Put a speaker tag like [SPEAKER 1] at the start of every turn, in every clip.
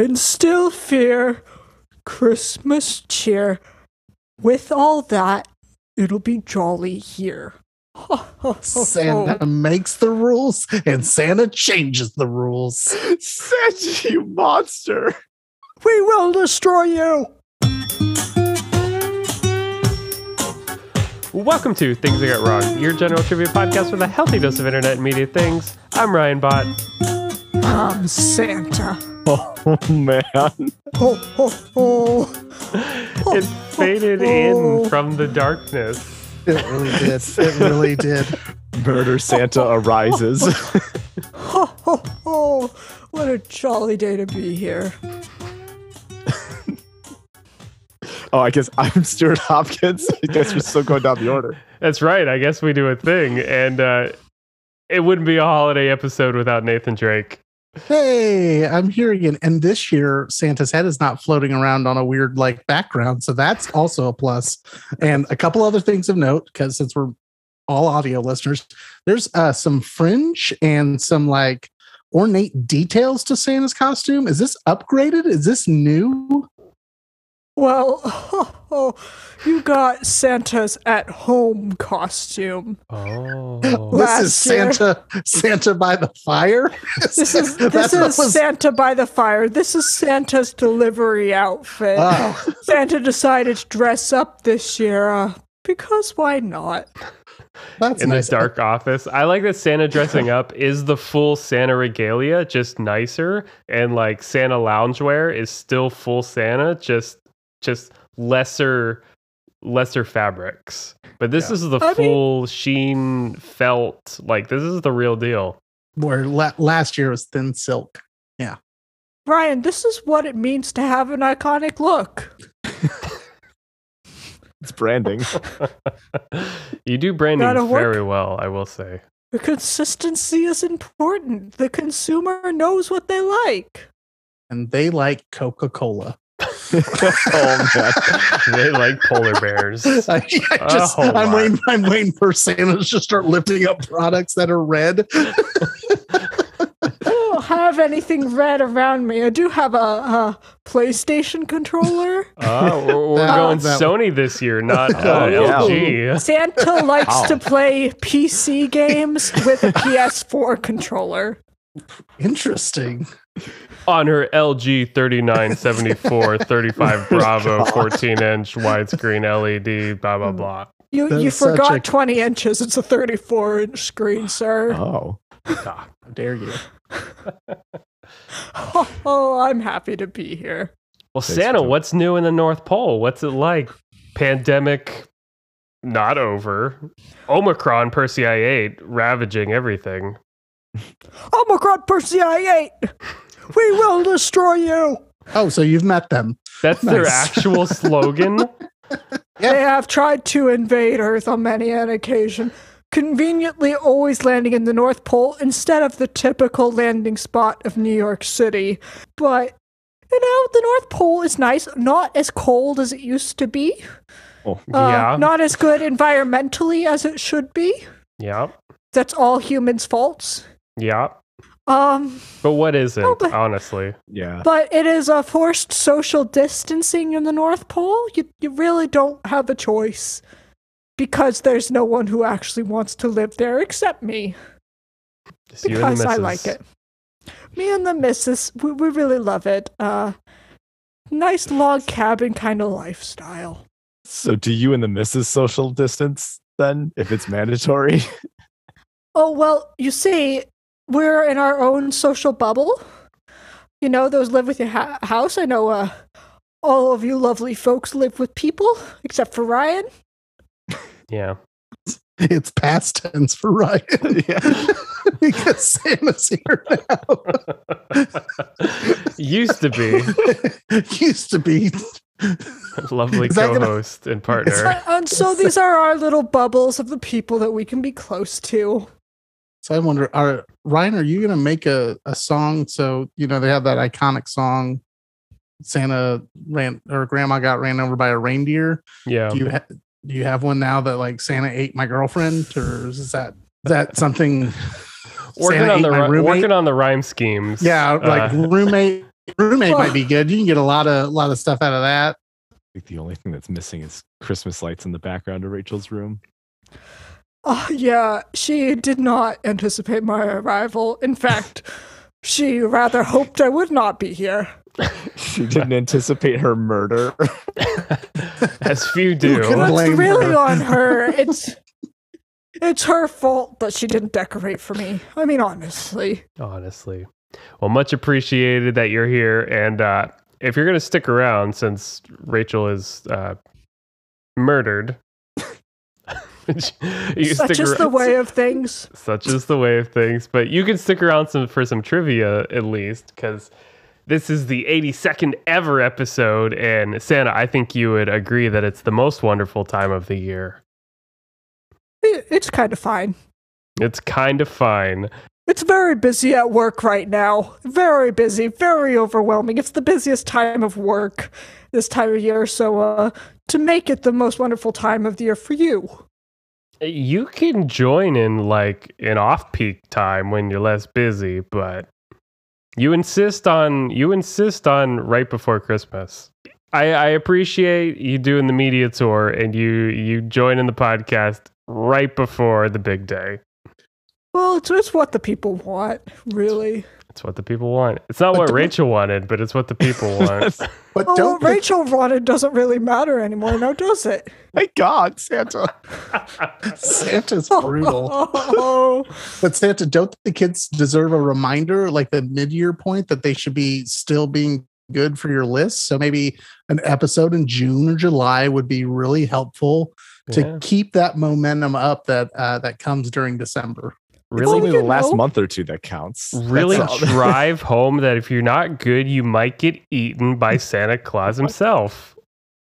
[SPEAKER 1] instill fear, Christmas cheer. With all that, it'll be jolly here.
[SPEAKER 2] Santa makes the rules and Santa changes the rules.
[SPEAKER 3] Santa, you monster.
[SPEAKER 1] We will destroy you.
[SPEAKER 4] Welcome to Things I Got Wrong, your general trivia podcast with a healthy dose of internet and media things. I'm Ryan Bott.
[SPEAKER 1] I'm Um, Santa.
[SPEAKER 3] Oh, man.
[SPEAKER 1] Ho, ho, ho.
[SPEAKER 4] It faded in from the darkness.
[SPEAKER 2] It really did. It really did.
[SPEAKER 3] Murder Santa arises.
[SPEAKER 1] Ho, ho, ho. Oh, What a jolly day to be here.
[SPEAKER 3] oh, I guess I'm Stuart Hopkins. I guess we're still going down the order.
[SPEAKER 4] That's right. I guess we do a thing. And uh, it wouldn't be a holiday episode without Nathan Drake.
[SPEAKER 2] Hey, I'm here again. And this year, Santa's head is not floating around on a weird like background. So that's also a plus. And a couple other things of note, because since we're all audio listeners, there's uh, some fringe and some like ornate details to Santa's costume. Is this upgraded? Is this new?
[SPEAKER 1] Well, ho, ho. you got Santa's at home costume.
[SPEAKER 4] Oh.
[SPEAKER 2] this is
[SPEAKER 1] Last year-
[SPEAKER 2] Santa Santa by the fire.
[SPEAKER 1] This is
[SPEAKER 2] That's
[SPEAKER 1] this
[SPEAKER 2] what
[SPEAKER 1] is
[SPEAKER 2] was-
[SPEAKER 1] Santa by the fire. This is Santa's delivery outfit.
[SPEAKER 2] Wow.
[SPEAKER 1] Santa decided to dress up this year uh, because why not?
[SPEAKER 2] That's
[SPEAKER 4] in
[SPEAKER 2] nice.
[SPEAKER 4] the dark office. I like that Santa dressing up is the full Santa regalia, just nicer, and like Santa loungewear is still full Santa, just just lesser lesser fabrics. But this
[SPEAKER 2] Yeah.
[SPEAKER 4] is the
[SPEAKER 1] I mean-
[SPEAKER 4] full sheen felt. Like this is the real deal.
[SPEAKER 2] Where la- last year was thin silk.
[SPEAKER 1] Ryan, this is what it means to have an iconic look.
[SPEAKER 3] It's branding.
[SPEAKER 4] you do branding
[SPEAKER 1] Gotta work.
[SPEAKER 4] very well, I will say.
[SPEAKER 1] The consistency is important. The consumer knows what they like.
[SPEAKER 2] And they like Coca Cola.
[SPEAKER 3] oh, man.
[SPEAKER 4] They like polar bears.
[SPEAKER 2] I, I just,
[SPEAKER 4] Oh,
[SPEAKER 2] I'm
[SPEAKER 4] my.
[SPEAKER 2] waiting. I'm waiting for Santa to just start lifting up products that are red.
[SPEAKER 1] I don't have anything red around me. I do have a, a PlayStation controller.
[SPEAKER 4] Oh, we're, we're
[SPEAKER 2] That-
[SPEAKER 4] going
[SPEAKER 2] that-
[SPEAKER 4] Sony this year, not uh,
[SPEAKER 3] Oh, yeah.
[SPEAKER 4] LG.
[SPEAKER 1] Santa likes
[SPEAKER 3] Wow.
[SPEAKER 1] to play PC games with a PS4 controller.
[SPEAKER 2] Interesting.
[SPEAKER 4] on her LG 3974 35 Bravo 14 inch widescreen LED, blah, blah, blah.
[SPEAKER 1] You
[SPEAKER 2] That
[SPEAKER 1] you
[SPEAKER 2] is such
[SPEAKER 1] forgot
[SPEAKER 2] a-
[SPEAKER 1] 20 inches. It's a 34 inch screen, sir.
[SPEAKER 3] Oh.
[SPEAKER 2] How dare you?
[SPEAKER 1] Oh, oh, I'm happy to be here.
[SPEAKER 4] Well,
[SPEAKER 3] Thanks,
[SPEAKER 4] Santa,
[SPEAKER 3] Joe.
[SPEAKER 4] what's new in the North Pole? What's it like? Pandemic not over. Omicron Persei 8 ravaging everything.
[SPEAKER 1] Oh my God, Percy I 8! We will destroy you!
[SPEAKER 2] Oh, so you've met them.
[SPEAKER 4] That's their
[SPEAKER 2] Nice.
[SPEAKER 4] actual slogan.
[SPEAKER 1] They have tried to invade Earth on many an occasion, conveniently always landing in the North Pole instead of the typical landing spot of New York City. But, you know, the North Pole is nice, not as cold as it used to be,
[SPEAKER 3] Oh,
[SPEAKER 1] uh,
[SPEAKER 4] yeah.
[SPEAKER 1] not as good environmentally as it should be.
[SPEAKER 4] yeah.
[SPEAKER 1] That's all humans' faults.
[SPEAKER 4] Yeah.
[SPEAKER 1] Um,
[SPEAKER 4] But what isn't,
[SPEAKER 1] Oh, but-
[SPEAKER 4] honestly?
[SPEAKER 3] yeah.
[SPEAKER 1] but it is a forced social distancing in the North Pole. You you really don't have a choice because there's no one who actually wants to live there except me
[SPEAKER 4] Just you and the
[SPEAKER 1] because I like
[SPEAKER 4] missus.
[SPEAKER 1] it. Me and the missus, we, we really love it. Uh, nice log cabin kind of lifestyle.
[SPEAKER 3] So, do you and the missus social distance then, if it's mandatory?
[SPEAKER 1] Oh, well, you see, we're in our own social bubble. You know, those live with your ha- house. I know uh, all of you lovely folks live with people, except for Ryan.
[SPEAKER 4] Yeah.
[SPEAKER 2] It's past tense for Ryan
[SPEAKER 3] yeah.
[SPEAKER 2] because Santa's here now.
[SPEAKER 4] Used to be
[SPEAKER 2] Used to be.
[SPEAKER 4] lovely
[SPEAKER 2] Is that
[SPEAKER 4] co
[SPEAKER 2] gonna-
[SPEAKER 4] host and partner.
[SPEAKER 1] So- and so these are our little bubbles of the people that we can be close to.
[SPEAKER 2] So I wonder, are Ryan, are you gonna make a, a song? So you know they have that iconic song, Santa ran or Grandma got ran over by a reindeer.
[SPEAKER 4] Yeah.
[SPEAKER 2] do you ha- do you have one now that like Santa ate my girlfriend, or is that is that something?
[SPEAKER 4] working
[SPEAKER 2] Santa
[SPEAKER 4] on
[SPEAKER 2] ate
[SPEAKER 4] the
[SPEAKER 2] my
[SPEAKER 4] ri-
[SPEAKER 2] roommate?
[SPEAKER 4] working on the rhyme schemes.
[SPEAKER 2] Yeah, like
[SPEAKER 4] Uh,
[SPEAKER 2] roommate Roommate
[SPEAKER 1] Well-
[SPEAKER 2] might be good. You can get a lot of lot of stuff out of that.
[SPEAKER 3] think the only thing that's missing is Christmas lights in the background of Rachel's room.
[SPEAKER 1] Oh, yeah, she did not anticipate my arrival. In fact, she rather hoped I would not be here.
[SPEAKER 3] She didn't anticipate her murder.
[SPEAKER 4] As few
[SPEAKER 2] Who could
[SPEAKER 4] do.
[SPEAKER 2] have-
[SPEAKER 1] It's
[SPEAKER 2] blame
[SPEAKER 1] really
[SPEAKER 2] her.
[SPEAKER 1] on her. It's it's her fault that she didn't decorate for me. I mean, honestly.
[SPEAKER 4] Honestly. Well, much appreciated that you're here. And uh, if you're going to stick around, since Rachel is uh, murdered, you
[SPEAKER 1] Such
[SPEAKER 4] stick
[SPEAKER 1] is
[SPEAKER 4] ar-
[SPEAKER 1] the way of things.
[SPEAKER 4] Such is the way of things. But you can stick around some, for some trivia at least, because this is the 82nd ever episode. And Santa, I think you would agree that it's the most wonderful time of the year.
[SPEAKER 1] It, it's kind of fine.
[SPEAKER 4] It's kind of fine.
[SPEAKER 1] It's very busy at work right now. Very busy, very overwhelming. It's the busiest time of work this time of year, so uh to make it the most wonderful time of the year for you.
[SPEAKER 4] You can join in like an off peak time when you're less busy, but you insist on you insist on right before Christmas. I, I appreciate you doing the media tour and you you joining the podcast right before the big day.
[SPEAKER 1] Well, it's, it's what the people want, really.
[SPEAKER 4] It's what the people want. It's not
[SPEAKER 2] But
[SPEAKER 4] what
[SPEAKER 2] the-
[SPEAKER 4] Rachel wanted, but it's what the people want.
[SPEAKER 2] But
[SPEAKER 4] Oh,
[SPEAKER 1] Well,
[SPEAKER 2] don't
[SPEAKER 1] what Oh, Rachel wanted doesn't really matter anymore now, does it?
[SPEAKER 3] My God, Santa.
[SPEAKER 2] Santa's brutal.
[SPEAKER 1] Oh,
[SPEAKER 2] But Santa, don't the kids deserve a reminder, like the mid-year point, that they should be still being good for your list? So maybe an episode in June or July would be really helpful to
[SPEAKER 4] Yeah.
[SPEAKER 2] keep that momentum up that uh, that comes during December.
[SPEAKER 3] It's
[SPEAKER 4] Really
[SPEAKER 3] only
[SPEAKER 1] you
[SPEAKER 3] the last
[SPEAKER 1] know.
[SPEAKER 3] month or two that counts.
[SPEAKER 4] really
[SPEAKER 3] That's all.
[SPEAKER 4] drive home that if you're not good, you might get eaten by Santa Claus himself.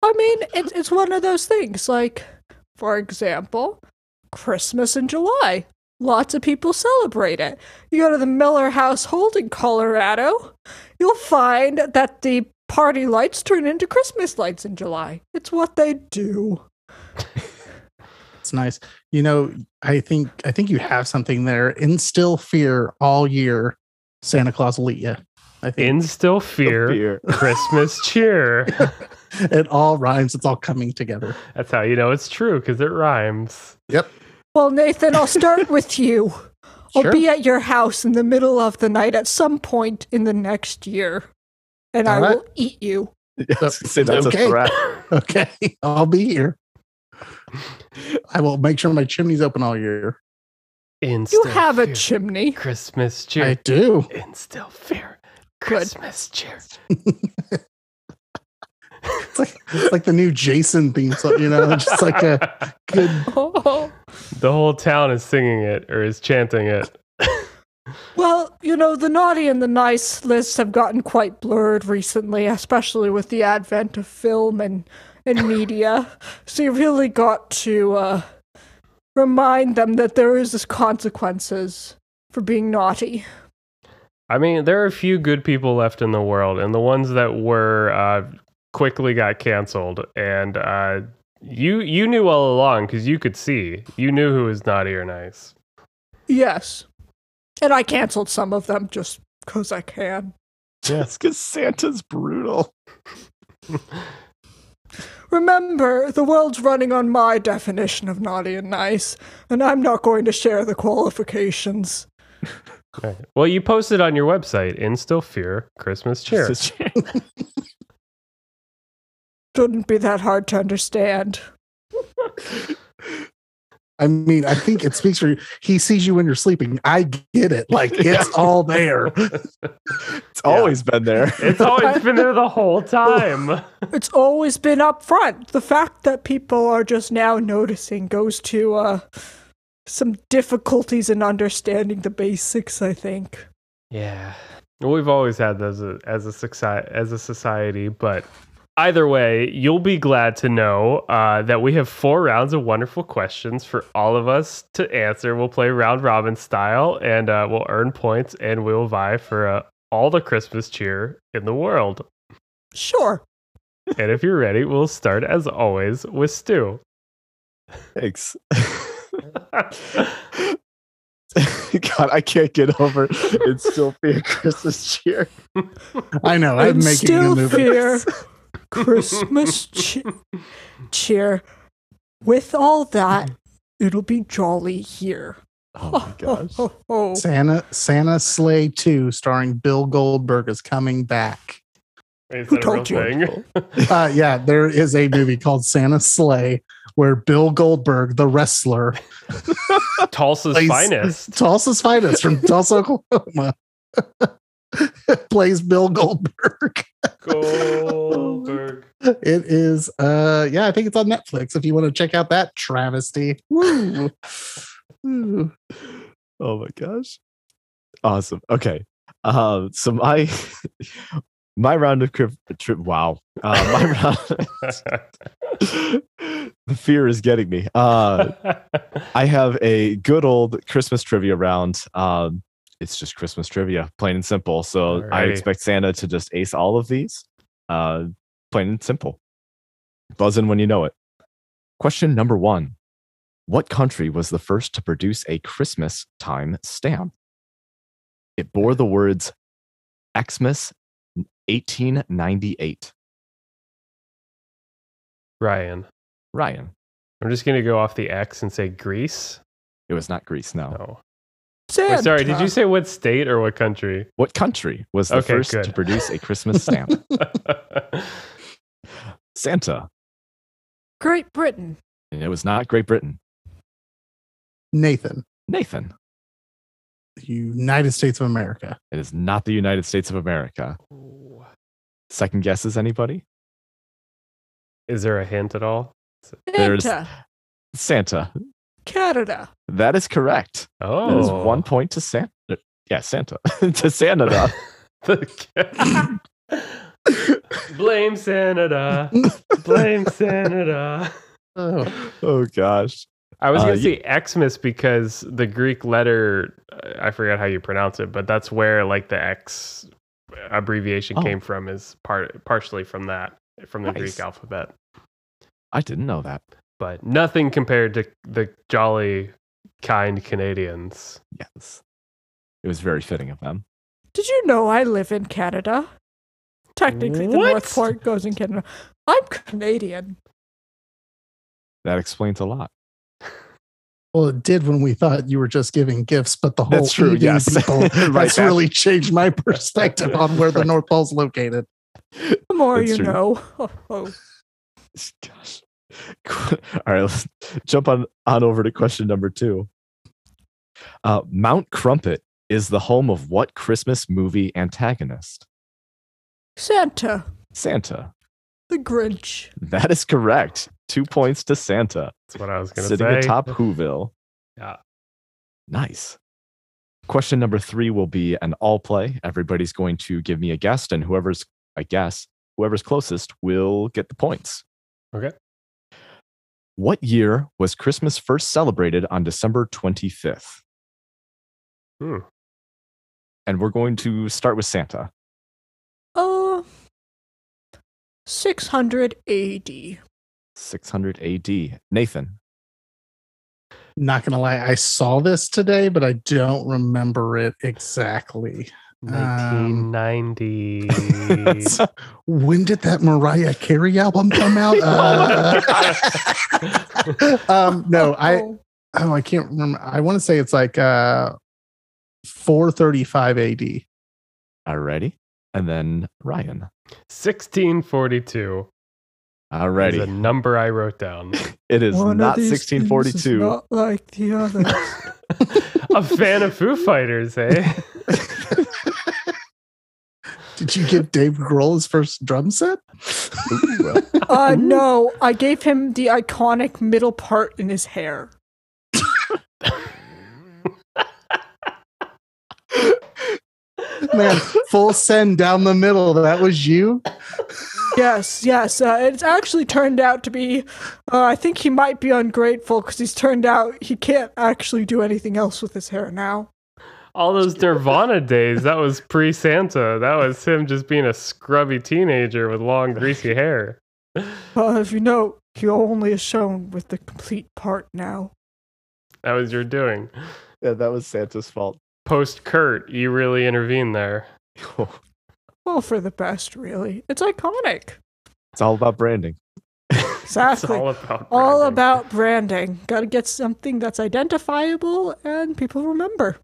[SPEAKER 1] I mean, it's it's one of those things. Like, for example, Christmas in July. Lots of people celebrate it. You go to the Miller household in Colorado, you'll find that the party lights turn into Christmas lights in July. It's what they do.
[SPEAKER 2] It's nice. You know, I think I think you have something there. Instill fear all year. Santa Claus will eat you. I think
[SPEAKER 4] Instill fear,
[SPEAKER 3] Fear.
[SPEAKER 4] Christmas cheer.
[SPEAKER 2] it all rhymes. It's all coming together.
[SPEAKER 4] That's how you know it's true because it rhymes.
[SPEAKER 1] Well, Nathan, I'll start with you. I'll
[SPEAKER 2] Sure.
[SPEAKER 1] be at your house in the middle of the night at some point in the next year, and I
[SPEAKER 2] All right.
[SPEAKER 1] will eat you.
[SPEAKER 3] Say that's
[SPEAKER 2] Okay.
[SPEAKER 3] a threat.
[SPEAKER 2] Okay, I'll be here. I will make sure my chimney's open all year.
[SPEAKER 1] You
[SPEAKER 4] Instill
[SPEAKER 1] have a
[SPEAKER 4] fear,
[SPEAKER 1] chimney.
[SPEAKER 4] Christmas
[SPEAKER 2] I
[SPEAKER 4] cheer.
[SPEAKER 2] do.
[SPEAKER 4] Instill fear, Christmas cheer.
[SPEAKER 2] It's like, it's like the new Jason theme song, you know, just like a good.
[SPEAKER 4] the whole town is singing it or is chanting it.
[SPEAKER 1] Well, you know, the naughty and the nice lists have gotten quite blurred recently, especially with the advent of film and, and media. So you really got to uh, remind them that there is this consequences for being naughty.
[SPEAKER 4] I mean, there are a few good people left in the world, and the ones that were uh, quickly got canceled. And uh, you you knew all along because you could see. You knew who was naughty or nice.
[SPEAKER 1] Yes. And I canceled some of them just 'cause I can.
[SPEAKER 3] Just because Santa's brutal.
[SPEAKER 1] Remember, the world's running on my definition of naughty and nice, and I'm not going to share the qualifications.
[SPEAKER 4] All right. Well, you posted on your website, Instill Fear Christmas Cheer.
[SPEAKER 3] Just-
[SPEAKER 1] Shouldn't be that hard to understand.
[SPEAKER 2] I mean, I think it speaks for you. He sees you when you're sleeping. I get it. Like it's all there.
[SPEAKER 3] It's always been there.
[SPEAKER 4] It's always been there the whole time.
[SPEAKER 1] It's always been up front. The fact that people are just now noticing goes to uh, some difficulties in understanding the basics, I think.
[SPEAKER 4] Yeah. We've always had those as a, as a society, as a society, but either way, you'll be glad to know uh, that we have four rounds of wonderful questions for all of us to answer. We'll play round robin style, and uh, we'll earn points, and we'll vie for uh, all the Christmas cheer in the world.
[SPEAKER 1] Sure.
[SPEAKER 4] and if you're ready, we'll start as always with Stu.
[SPEAKER 3] Thanks. God, I can't get over and still fear Christmas cheer.
[SPEAKER 2] I know. I'm
[SPEAKER 1] And
[SPEAKER 2] making
[SPEAKER 1] still
[SPEAKER 2] a movie.
[SPEAKER 1] fear Christmas che- cheer. With all that, it'll be jolly here.
[SPEAKER 3] Oh my gosh.
[SPEAKER 1] Ho, ho, ho.
[SPEAKER 2] Santa Santa Sleigh 2 starring Bill Goldberg is coming back.
[SPEAKER 4] Is
[SPEAKER 1] Who
[SPEAKER 4] that a real
[SPEAKER 1] told you?
[SPEAKER 4] thing?
[SPEAKER 2] Uh yeah, there is a movie called Santa Sleigh where Bill Goldberg, the wrestler,
[SPEAKER 4] Tulsa's
[SPEAKER 2] Please.
[SPEAKER 4] finest.
[SPEAKER 2] Tulsa's finest from Tulsa, Oklahoma, plays Bill Goldberg.
[SPEAKER 4] Goldberg.
[SPEAKER 2] It is uh yeah, I think it's on Netflix if you want to check out that travesty. Woo. Ooh.
[SPEAKER 3] Oh my gosh. Awesome. Okay. Um, so my my round of trip, trip wow. Uh, my round the fear is getting me. Uh, I have a good old Christmas trivia round. Um, it's just Christmas trivia, plain and simple. So I
[SPEAKER 4] Alrighty.
[SPEAKER 3] expect Santa to just ace all of these. Uh, plain and simple. Buzz in when you know it. Question number one What country was the first to produce a Christmas time stamp? It bore the words Xmas 1898.
[SPEAKER 4] Ryan.
[SPEAKER 3] Ryan,
[SPEAKER 4] I'm just gonna go off the X and say Greece.
[SPEAKER 3] it was not Greece, no.
[SPEAKER 4] No.
[SPEAKER 1] Santa.
[SPEAKER 4] Wait, sorry, did you say what state or what country?
[SPEAKER 3] What country was the
[SPEAKER 4] Okay,
[SPEAKER 3] first to
[SPEAKER 4] good.
[SPEAKER 3] produce a Christmas stamp? Santa,
[SPEAKER 1] Great Britain?
[SPEAKER 3] And it was not Great Britain.
[SPEAKER 2] Nathan,
[SPEAKER 3] Nathan,
[SPEAKER 2] United States of America.
[SPEAKER 3] it is not the United States of America. Second guesses, anybody?
[SPEAKER 4] Is there a hint at all?
[SPEAKER 3] There's-
[SPEAKER 1] Santa.
[SPEAKER 3] Santa.
[SPEAKER 1] Canada.
[SPEAKER 3] That is correct.
[SPEAKER 4] Oh,
[SPEAKER 3] That is one point to Santa. Yeah, Santa. to Santa.
[SPEAKER 4] The ca- Blame Santa. Blame Santa.
[SPEAKER 2] Oh,
[SPEAKER 3] oh, gosh.
[SPEAKER 4] I was
[SPEAKER 3] Uh,
[SPEAKER 4] gonna
[SPEAKER 3] you-
[SPEAKER 4] say Xmas because the Greek letter uh, I forgot how you pronounce it, but that's where like the X abbreviation
[SPEAKER 3] Oh.
[SPEAKER 4] came from is part partially from that from the Greek
[SPEAKER 3] Nice.
[SPEAKER 4] alphabet.
[SPEAKER 3] I didn't know that.
[SPEAKER 4] But nothing compared to the jolly kind Canadians.
[SPEAKER 3] Yes. It was very fitting of them.
[SPEAKER 1] Did you know I live in Canada? Technically, the
[SPEAKER 4] What?
[SPEAKER 1] North Port goes in Canada. I'm Canadian.
[SPEAKER 3] That explains a lot.
[SPEAKER 2] well, it did when we thought you were just giving gifts, but the whole
[SPEAKER 3] That's true,
[SPEAKER 2] eating
[SPEAKER 3] yes.
[SPEAKER 2] people,
[SPEAKER 3] Right,
[SPEAKER 2] that's
[SPEAKER 3] that-
[SPEAKER 2] really changed my perspective on where the North Pole's located.
[SPEAKER 1] The more
[SPEAKER 3] That's
[SPEAKER 1] you
[SPEAKER 3] true.
[SPEAKER 1] know. Oh, Ho, ho.
[SPEAKER 3] Gosh. All right, let's jump on, on over to question number two. Uh, Mount Crumpet is the home of what Christmas movie antagonist?
[SPEAKER 1] Santa.
[SPEAKER 3] Santa.
[SPEAKER 1] The Grinch.
[SPEAKER 3] That is correct. Two points to Santa,
[SPEAKER 4] That's what I was gonna
[SPEAKER 3] sitting
[SPEAKER 4] say.
[SPEAKER 3] atop Whoville.
[SPEAKER 4] Yeah.
[SPEAKER 3] Nice. Question number three will be an all play. Everybody's going to give me a guest, and whoever's a guess, whoever's closest will get the points.
[SPEAKER 4] Okay.
[SPEAKER 3] What year was Christmas first celebrated on December 25th?
[SPEAKER 4] Hmm.
[SPEAKER 3] And we're going to start with Santa.
[SPEAKER 1] Uh, 600 AD.
[SPEAKER 3] 600 AD. Nathan,
[SPEAKER 2] Not gonna lie, I saw this today, but I don't remember it exactly. Um,
[SPEAKER 4] 1990. Hmm.
[SPEAKER 2] when did that Mariah Carey album come out? Uh, um, no, I
[SPEAKER 1] Oh,
[SPEAKER 2] oh I can't remember. I want to say it's like uh 435 AD.
[SPEAKER 3] alrighty. And then Ryan,
[SPEAKER 4] 1642 is a
[SPEAKER 3] alrighty.
[SPEAKER 4] number I wrote down.
[SPEAKER 3] It is
[SPEAKER 1] one of
[SPEAKER 3] not
[SPEAKER 1] these things is
[SPEAKER 3] 1642.
[SPEAKER 1] Not like the other.
[SPEAKER 4] a fan of Foo Fighters, eh?
[SPEAKER 2] Did you give Dave Grohl his first drum set?
[SPEAKER 1] uh, no, I gave him the iconic middle part in his hair.
[SPEAKER 2] Man, full send down the middle. That was you.
[SPEAKER 1] Yes, yes. Uh, it's actually turned out to be. Uh, I think he might be ungrateful because he's turned out he can't actually do anything else with his hair now.
[SPEAKER 4] All those Nirvana days, that was pre Santa. That was him just being a scrubby teenager with long, greasy hair.
[SPEAKER 1] Uh, if you know, he only is shown with the complete part now.
[SPEAKER 4] That was your doing.
[SPEAKER 3] Yeah, that was Santa's fault.
[SPEAKER 4] Post Kurt, you really intervened there.
[SPEAKER 3] it's
[SPEAKER 1] Well, for the best, really. It's iconic.
[SPEAKER 3] all about branding.
[SPEAKER 4] That's
[SPEAKER 1] Exactly.
[SPEAKER 4] all about
[SPEAKER 1] all
[SPEAKER 4] branding.
[SPEAKER 1] about branding. Got to get something that's identifiable and people remember.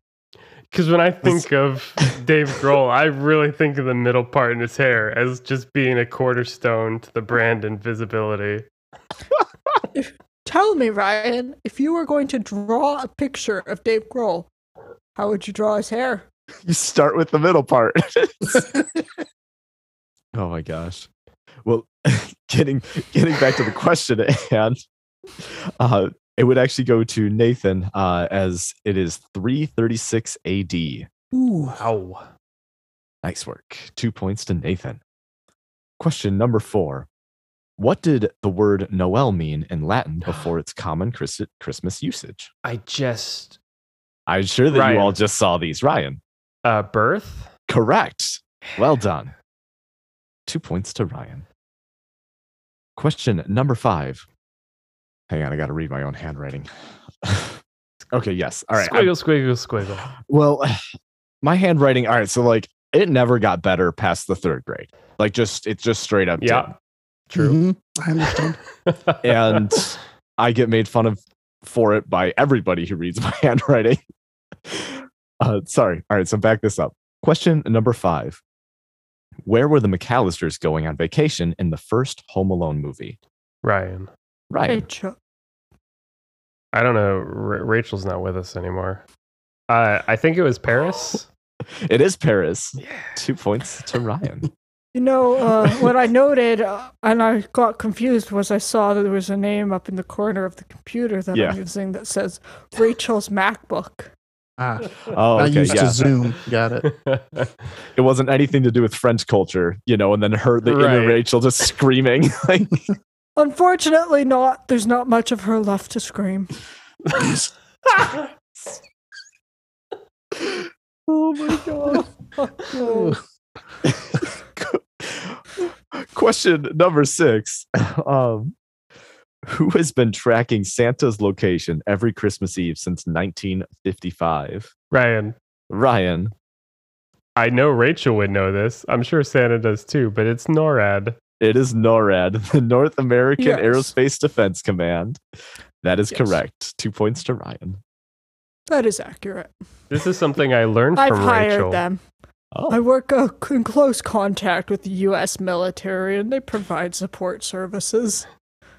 [SPEAKER 4] Because when I think of Dave Grohl, I really think of the middle part in his hair as just being a cornerstone to the brand and visibility.
[SPEAKER 1] Tell me, Ryan, if you were going to draw a picture of Dave Grohl, how would you draw his hair?
[SPEAKER 3] You start with the middle part. oh my gosh. Well, getting getting back to the question at hand, uh, it would actually go to Nathan uh, as it is 336 AD.
[SPEAKER 2] Ooh.
[SPEAKER 4] Wow.
[SPEAKER 3] Nice work. Two points to Nathan. Question number four. What did the word Noel mean in Latin before its common Chris- Christmas usage?
[SPEAKER 4] I just.
[SPEAKER 3] I'm sure that
[SPEAKER 4] Ryan.
[SPEAKER 3] you all just saw these. Ryan.
[SPEAKER 4] Uh, birth?
[SPEAKER 3] Correct. Well done. Two points to Ryan. Question number five. Hang on, I got to read my own handwriting. okay, yes. All right. I'm-
[SPEAKER 4] Squiggle, squiggle, squiggle.
[SPEAKER 3] well, my handwriting. All right, so like it never got better past the third grade. Like just it's just straight up.
[SPEAKER 4] Yeah.
[SPEAKER 3] did.
[SPEAKER 4] True.
[SPEAKER 2] Mhm. I understand.
[SPEAKER 3] and I get made fun of for it by everybody who reads my handwriting. Uh, sorry. All right, so back this up. Question number five: Where were the McAllisters going on vacation in the first Home Alone movie?
[SPEAKER 4] Ryan.
[SPEAKER 3] Right.
[SPEAKER 1] Rachel.
[SPEAKER 4] I don't know. Ra- Rachel's not with us anymore. Uh, I think it was Paris.
[SPEAKER 3] It is Paris. Two points to Ryan.
[SPEAKER 1] You know, uh, what I noted uh, and I got confused was I saw that there was a name up in the corner of the computer that
[SPEAKER 3] Yeah.
[SPEAKER 1] I'm using that says Rachel's MacBook.
[SPEAKER 2] Ah,
[SPEAKER 3] Oh,
[SPEAKER 2] I
[SPEAKER 3] okay,
[SPEAKER 2] used
[SPEAKER 3] yeah.
[SPEAKER 2] to Zoom. Got it.
[SPEAKER 3] It wasn't anything to do with French culture, you know, and then her, the
[SPEAKER 4] Right.
[SPEAKER 3] inner Rachel, just screaming. like,
[SPEAKER 1] Unfortunately, not. There's not much of her left to scream.
[SPEAKER 3] oh my god. Question number six. Um, who has been tracking Santa's location every Christmas Eve since 1955?
[SPEAKER 4] Ryan.
[SPEAKER 3] Ryan.
[SPEAKER 4] I know Rachel would know this. I'm sure Santa does too, but it's NORAD.
[SPEAKER 3] It is NORAD, the North American
[SPEAKER 1] Yes.
[SPEAKER 3] Aerospace Defense Command. That is
[SPEAKER 1] Yes.
[SPEAKER 3] correct. Two points to Ryan.
[SPEAKER 1] That is accurate.
[SPEAKER 4] This is something I learned
[SPEAKER 1] I've
[SPEAKER 4] from
[SPEAKER 1] hired
[SPEAKER 4] Rachel.
[SPEAKER 1] them. I
[SPEAKER 3] Oh,
[SPEAKER 1] work uh, c- in close contact with the U.S. military, and they provide support services.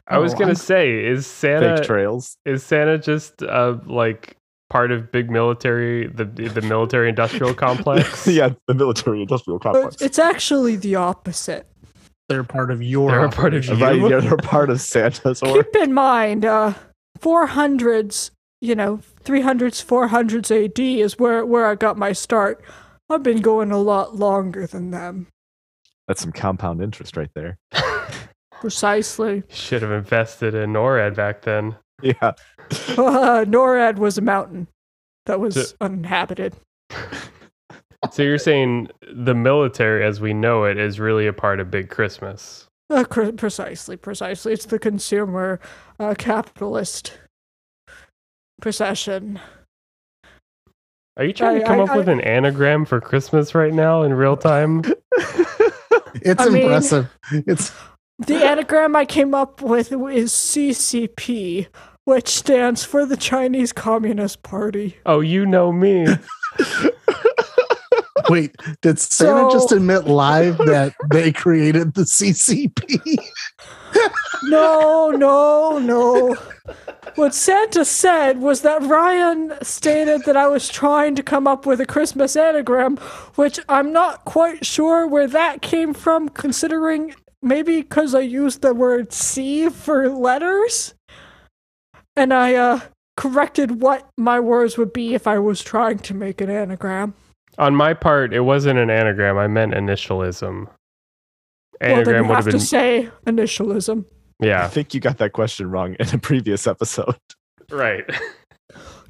[SPEAKER 4] I was
[SPEAKER 2] Oh,
[SPEAKER 4] gonna
[SPEAKER 2] I'm-
[SPEAKER 4] say, is
[SPEAKER 3] fake
[SPEAKER 4] Santa
[SPEAKER 3] trails.
[SPEAKER 4] is Santa just uh like part of big military the the military industrial complex?
[SPEAKER 3] yeah, the military industrial complex.
[SPEAKER 1] But it's actually the opposite.
[SPEAKER 2] They're part of your.
[SPEAKER 4] They're a part of
[SPEAKER 2] operation.
[SPEAKER 3] right,
[SPEAKER 4] you?
[SPEAKER 3] yeah, they're part of Santa's or
[SPEAKER 1] Keep in mind, uh, 400s, you know, 300s, 400s A.D. is where where I got my start. I've been going a lot longer than them.
[SPEAKER 3] That's some compound interest right there.
[SPEAKER 1] Precisely.
[SPEAKER 4] Should have invested in NORAD back then.
[SPEAKER 3] Yeah.
[SPEAKER 1] Uh, NORAD was a mountain that was uninhabited.
[SPEAKER 4] So you're saying the military as we know it is really a part of Big Christmas.
[SPEAKER 1] Uh, cr- precisely, precisely. It's the consumer uh, capitalist procession.
[SPEAKER 4] Are you trying to
[SPEAKER 1] I-
[SPEAKER 4] come
[SPEAKER 1] I-
[SPEAKER 4] up with
[SPEAKER 1] I-
[SPEAKER 4] an anagram for Christmas right now in real time?
[SPEAKER 2] It's
[SPEAKER 1] I mean-
[SPEAKER 2] impressive. it's
[SPEAKER 1] The anagram I came up with is CCP, which stands for the Chinese Communist Party.
[SPEAKER 4] Oh, you know me.
[SPEAKER 2] wait. Did Santa
[SPEAKER 1] So-
[SPEAKER 2] just admit live that they created the CCP?
[SPEAKER 1] No, no, no. What Santa said was that Ryan stated that I was trying to come up with a Christmas anagram, which I'm not quite sure where that came from, considering maybe because I used the word C for letters. And I uh, corrected what my words would be if I was trying to make an anagram.
[SPEAKER 4] On my part, it wasn't an anagram. I meant initialism.
[SPEAKER 1] well, then
[SPEAKER 4] Anagram
[SPEAKER 1] you
[SPEAKER 4] would
[SPEAKER 1] have
[SPEAKER 4] have been
[SPEAKER 1] to say initialism.
[SPEAKER 3] I
[SPEAKER 4] yeah,
[SPEAKER 3] think you got that question wrong in a previous episode.
[SPEAKER 4] right.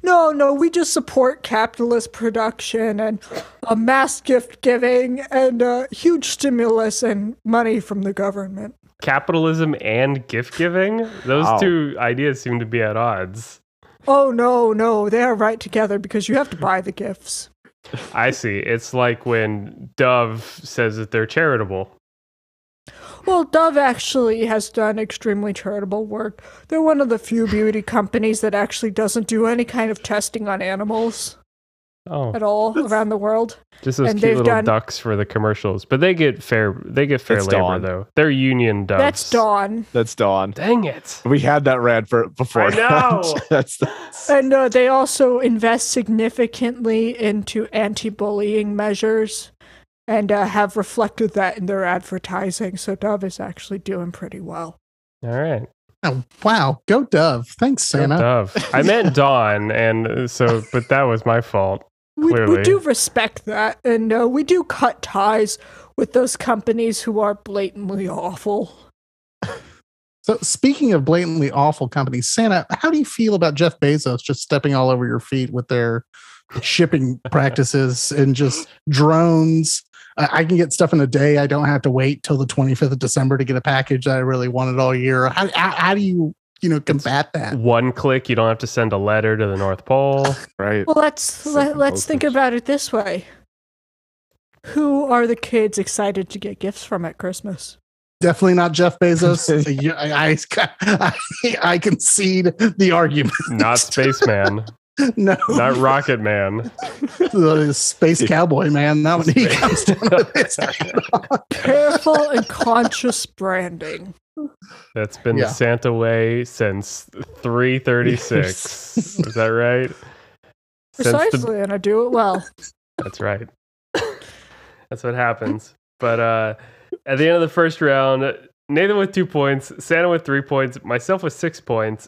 [SPEAKER 1] No, no, we just support capitalist production and uh, mass gift giving and uh, huge stimulus and money from the government.
[SPEAKER 4] Capitalism and gift giving? Those
[SPEAKER 3] Wow.
[SPEAKER 4] two ideas seem to be at odds.
[SPEAKER 1] Oh no, no, they are right together because you have to buy the gifts.
[SPEAKER 4] I see. It's like when Dove says that they're charitable.
[SPEAKER 1] Well, Dove actually has done extremely charitable work. They're one of the few beauty companies that actually doesn't do any kind of testing on animals
[SPEAKER 4] Oh,
[SPEAKER 1] at all around the world.
[SPEAKER 4] just those
[SPEAKER 1] and
[SPEAKER 4] cute
[SPEAKER 1] they've
[SPEAKER 4] little
[SPEAKER 1] done-
[SPEAKER 4] ducks for the commercials, but they get fair. They get fair
[SPEAKER 3] That's
[SPEAKER 4] labor
[SPEAKER 3] Dawn.
[SPEAKER 4] though. They're union doves.
[SPEAKER 1] That's Dawn.
[SPEAKER 3] That's Dawn.
[SPEAKER 4] Dang it!
[SPEAKER 3] We had that rant for before.
[SPEAKER 4] I know.
[SPEAKER 3] That's the,
[SPEAKER 1] And uh, they also invest significantly into anti bullying measures and uh, have reflected that in their advertising. So Dove is actually doing pretty well.
[SPEAKER 4] All right,
[SPEAKER 2] Oh, wow. Go Dove. Thanks, Santa.
[SPEAKER 4] Dove. I meant Dawn, and uh, so, but that was my fault.
[SPEAKER 1] We, we
[SPEAKER 4] Clearly.
[SPEAKER 1] do respect that. And uh, we do cut ties with those companies who are blatantly awful.
[SPEAKER 2] So, speaking of blatantly awful companies, Santa, how do you feel about Jeff Bezos just stepping all over your feet with their shipping practices and just drones? I I can get stuff in a day. I don't have to wait till the 25th of December to get a package that I really wanted all year. How, how, how do you, you know, combat that?
[SPEAKER 4] One click, you don't have to send a letter to the North Pole.
[SPEAKER 3] right.
[SPEAKER 1] Well, let's let,
[SPEAKER 3] Second
[SPEAKER 1] let's think
[SPEAKER 3] postage.
[SPEAKER 1] about it this way. Who are the kids excited to get gifts from at Christmas?
[SPEAKER 2] Definitely not Jeff Bezos. Uh, You- I, I, I, I concede the argument.
[SPEAKER 4] Not Spaceman.
[SPEAKER 2] No,
[SPEAKER 4] not Rocket Man.
[SPEAKER 2] the space cowboy man. That when he comes down with his hat on.
[SPEAKER 1] Careful and conscious branding.
[SPEAKER 4] That's been
[SPEAKER 2] Yeah.
[SPEAKER 4] the Santa way since 336. Is that right? Since the-
[SPEAKER 1] Precisely, and I do it well.
[SPEAKER 4] that's right. that's what happens. But uh, at the end of the first round, Nathan with two points, Santa with three points, myself with six points.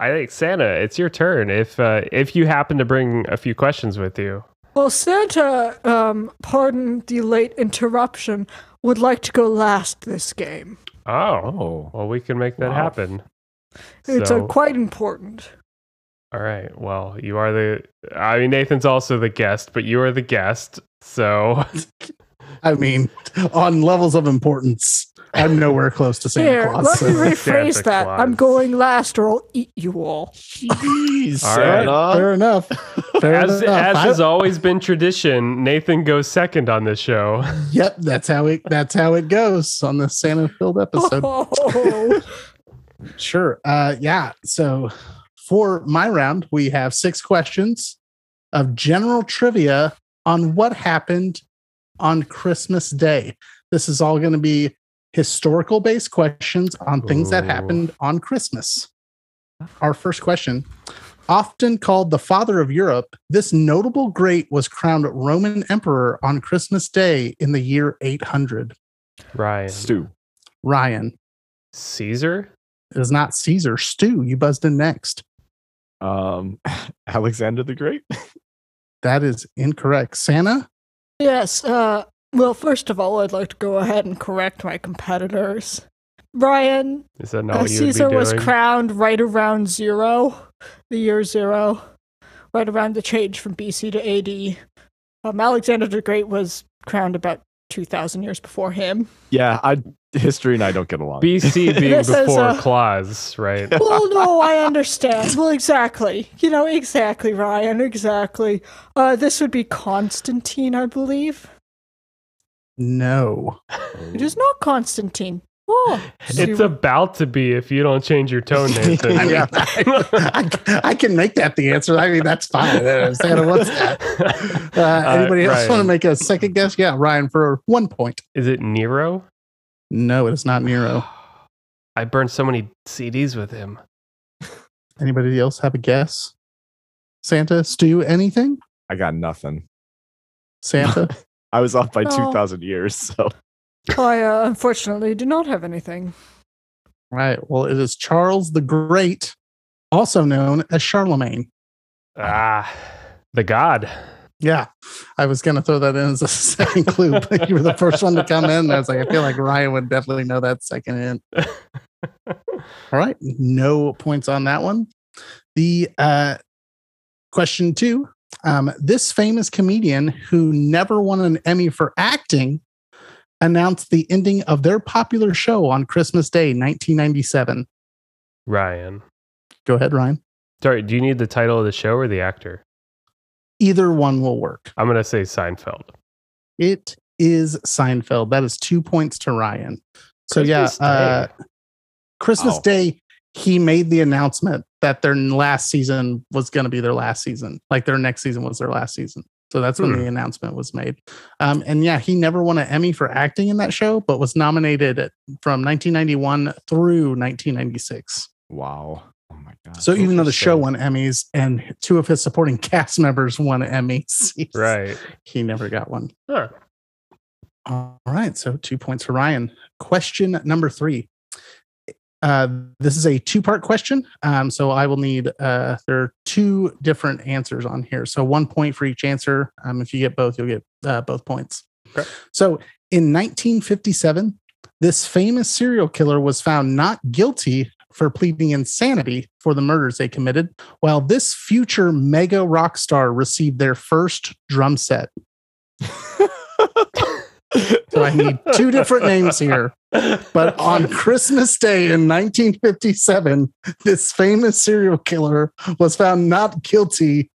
[SPEAKER 4] I think Santa, it's your turn. If uh, if you happen to bring a few questions with you,
[SPEAKER 1] Well, Santa, um, pardon the late interruption, would like to go last this game.
[SPEAKER 4] oh,
[SPEAKER 3] Oh.
[SPEAKER 4] well, we can make that
[SPEAKER 3] Wow.
[SPEAKER 4] happen.
[SPEAKER 1] It's
[SPEAKER 4] So-
[SPEAKER 1] uh, quite important.
[SPEAKER 4] All right. Well, you are the. I mean, Nathan's also the guest, but you are the guest. So
[SPEAKER 2] I mean, on levels of importance, I'm nowhere close to Santa
[SPEAKER 1] Here,
[SPEAKER 2] Claus.
[SPEAKER 1] let me rephrase
[SPEAKER 4] Santa
[SPEAKER 1] that. I'm
[SPEAKER 4] Claus.
[SPEAKER 1] going last, or I'll eat you all.
[SPEAKER 3] Jeez,
[SPEAKER 4] All right.
[SPEAKER 3] Santa.
[SPEAKER 2] Fair enough. Fair enough.
[SPEAKER 4] as, as
[SPEAKER 2] I-
[SPEAKER 4] has always been tradition, Nathan goes second on this show.
[SPEAKER 2] yep, that's how it that's how it goes on the Santa filled episode.
[SPEAKER 1] Oh,
[SPEAKER 2] Sure. Uh, yeah. So for my round, we have six questions of general trivia on what happened on Christmas Day. This is all going to be historical based questions on things that
[SPEAKER 4] Ooh.
[SPEAKER 2] happened on Christmas. Our first question often called the father of Europe, this notable great was crowned Roman emperor on Christmas Day in the year 800.
[SPEAKER 4] Ryan
[SPEAKER 3] Stu.
[SPEAKER 2] Ryan,
[SPEAKER 4] Caesar.
[SPEAKER 2] it is not Caesar. Stu, you buzzed in next.
[SPEAKER 3] Um, Alexander the Great.
[SPEAKER 2] That is incorrect. Santa?
[SPEAKER 1] Yes. Uh, well, first of all, I'd like to go ahead and correct my competitors. Brian,
[SPEAKER 4] Is that not
[SPEAKER 1] uh,
[SPEAKER 4] what you would be
[SPEAKER 1] Caesar
[SPEAKER 4] doing?
[SPEAKER 1] was crowned right around zero, the year zero, right around the change from BC to AD. Um, Alexander the Great was crowned about 2,000 years before him.
[SPEAKER 3] Yeah, I history and I don't get along.
[SPEAKER 4] BC being
[SPEAKER 1] This is,
[SPEAKER 4] before
[SPEAKER 1] uh,
[SPEAKER 4] Claus, right?
[SPEAKER 1] well, no, I understand. Well, exactly. You know, exactly, Ryan, exactly. Uh, this would be Constantine, I believe.
[SPEAKER 2] No.
[SPEAKER 1] It is not Constantine. Oh,
[SPEAKER 4] It's about to be if you don't change your tone, Nathan.
[SPEAKER 2] I, mean, I, I- I can make that the answer. I mean, that's fine. Uh, Santa, what's that? Uh, anybody else want to
[SPEAKER 4] Ryan.
[SPEAKER 2] make a second guess? Yeah, Ryan, for one point.
[SPEAKER 4] Is it Nero?
[SPEAKER 2] No, it is not Nero.
[SPEAKER 4] I burned so many CDs with him.
[SPEAKER 2] Anybody else have a guess? Santa, Stu, anything?
[SPEAKER 3] I got nothing.
[SPEAKER 2] Santa?
[SPEAKER 3] I was off by
[SPEAKER 1] No.
[SPEAKER 3] two thousand years. So
[SPEAKER 1] I uh, unfortunately do not have anything.
[SPEAKER 2] right. Well, it is Charles the Great, also known as Charlemagne.
[SPEAKER 4] Ah, the God.
[SPEAKER 2] Yeah, I was going to throw that in as a second clue, but you were the first one to come in. I was like, I feel like Ryan would definitely know that second in. All right, no points on that one. The uh, question two: um, This famous comedian who never won an Emmy for acting announced the ending of their popular show on Christmas Day, 1997.
[SPEAKER 4] Ryan.
[SPEAKER 2] Go ahead, Ryan.
[SPEAKER 4] Sorry, do you need the title of the show or the actor?
[SPEAKER 2] Either one will work.
[SPEAKER 4] I'm gonna say Seinfeld.
[SPEAKER 2] It is Seinfeld. That is two points to Ryan. So
[SPEAKER 4] Christmas Oh.
[SPEAKER 2] yeah, uh, Christmas
[SPEAKER 3] Wow.
[SPEAKER 2] Day, he made the announcement that their last season was going to be their last season. Like their next season was their last season. So that's when
[SPEAKER 4] Hmm.
[SPEAKER 2] the announcement was made. Um, and yeah, he never won an Emmy for acting in that show, but was nominated from 1991 through 1996.
[SPEAKER 3] Wow. Oh my god.
[SPEAKER 2] So even though the show
[SPEAKER 3] Interesting.
[SPEAKER 2] won Emmys and two of his supporting cast members won Emmys, he's-
[SPEAKER 4] Right.
[SPEAKER 2] he never got one.
[SPEAKER 4] Huh.
[SPEAKER 2] All right. So two points for Ryan. Question number three. Uh, this is a two part question. Um, so I will need, uh, there are two different answers on here. So one point for each answer. Um, if you get both, you'll get uh, both points.
[SPEAKER 4] Okay.
[SPEAKER 2] So in 1957, this famous serial killer was found not guilty for pleading insanity for the murders they committed, while this future mega rock star received their first drum set. So I need two different names here. But on Christmas Day in 1957, this famous serial killer was found not guilty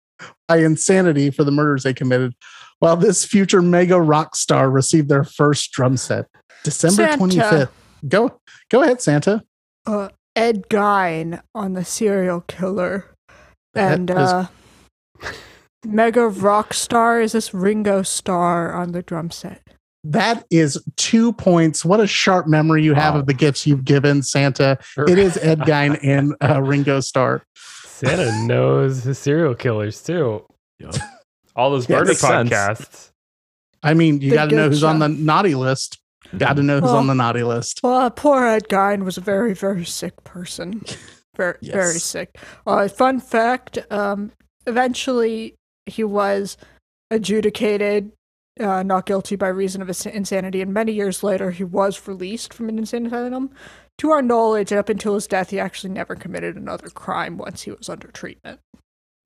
[SPEAKER 2] by insanity for the murders they committed, while this future mega rock star received their first drum set. December
[SPEAKER 1] Santa.
[SPEAKER 2] 25th. Go go ahead, Santa.
[SPEAKER 1] Uh, Ed Gein on the serial killer.
[SPEAKER 2] That
[SPEAKER 1] And
[SPEAKER 2] is-
[SPEAKER 1] uh, mega rock star is this Ringo Starr on the drum set.
[SPEAKER 2] That is two points. What a sharp memory you have
[SPEAKER 3] Wow.
[SPEAKER 2] of the gifts you've given, Santa. It is Ed Gein and uh, Ringo Starr.
[SPEAKER 4] Santa knows his serial killers too.
[SPEAKER 3] Yup.
[SPEAKER 4] All those
[SPEAKER 2] Yeah,
[SPEAKER 4] murder
[SPEAKER 3] makes sense.
[SPEAKER 4] podcasts.
[SPEAKER 2] I mean, you
[SPEAKER 1] The
[SPEAKER 2] got to know
[SPEAKER 1] good
[SPEAKER 2] who's on the
[SPEAKER 1] job.
[SPEAKER 2] naughty list. Got to know who's on
[SPEAKER 1] Oh.
[SPEAKER 2] the naughty list.
[SPEAKER 1] Well, poor Ed Gein was a very, very sick person. Very, very
[SPEAKER 2] Yes.
[SPEAKER 1] sick. Uh, fun fact um, eventually he was adjudicated uh, not guilty by reason of ins- insanity, and many years later he was released from an insane asylum. To our knowledge, up until his death, he actually never committed another crime once he was under treatment.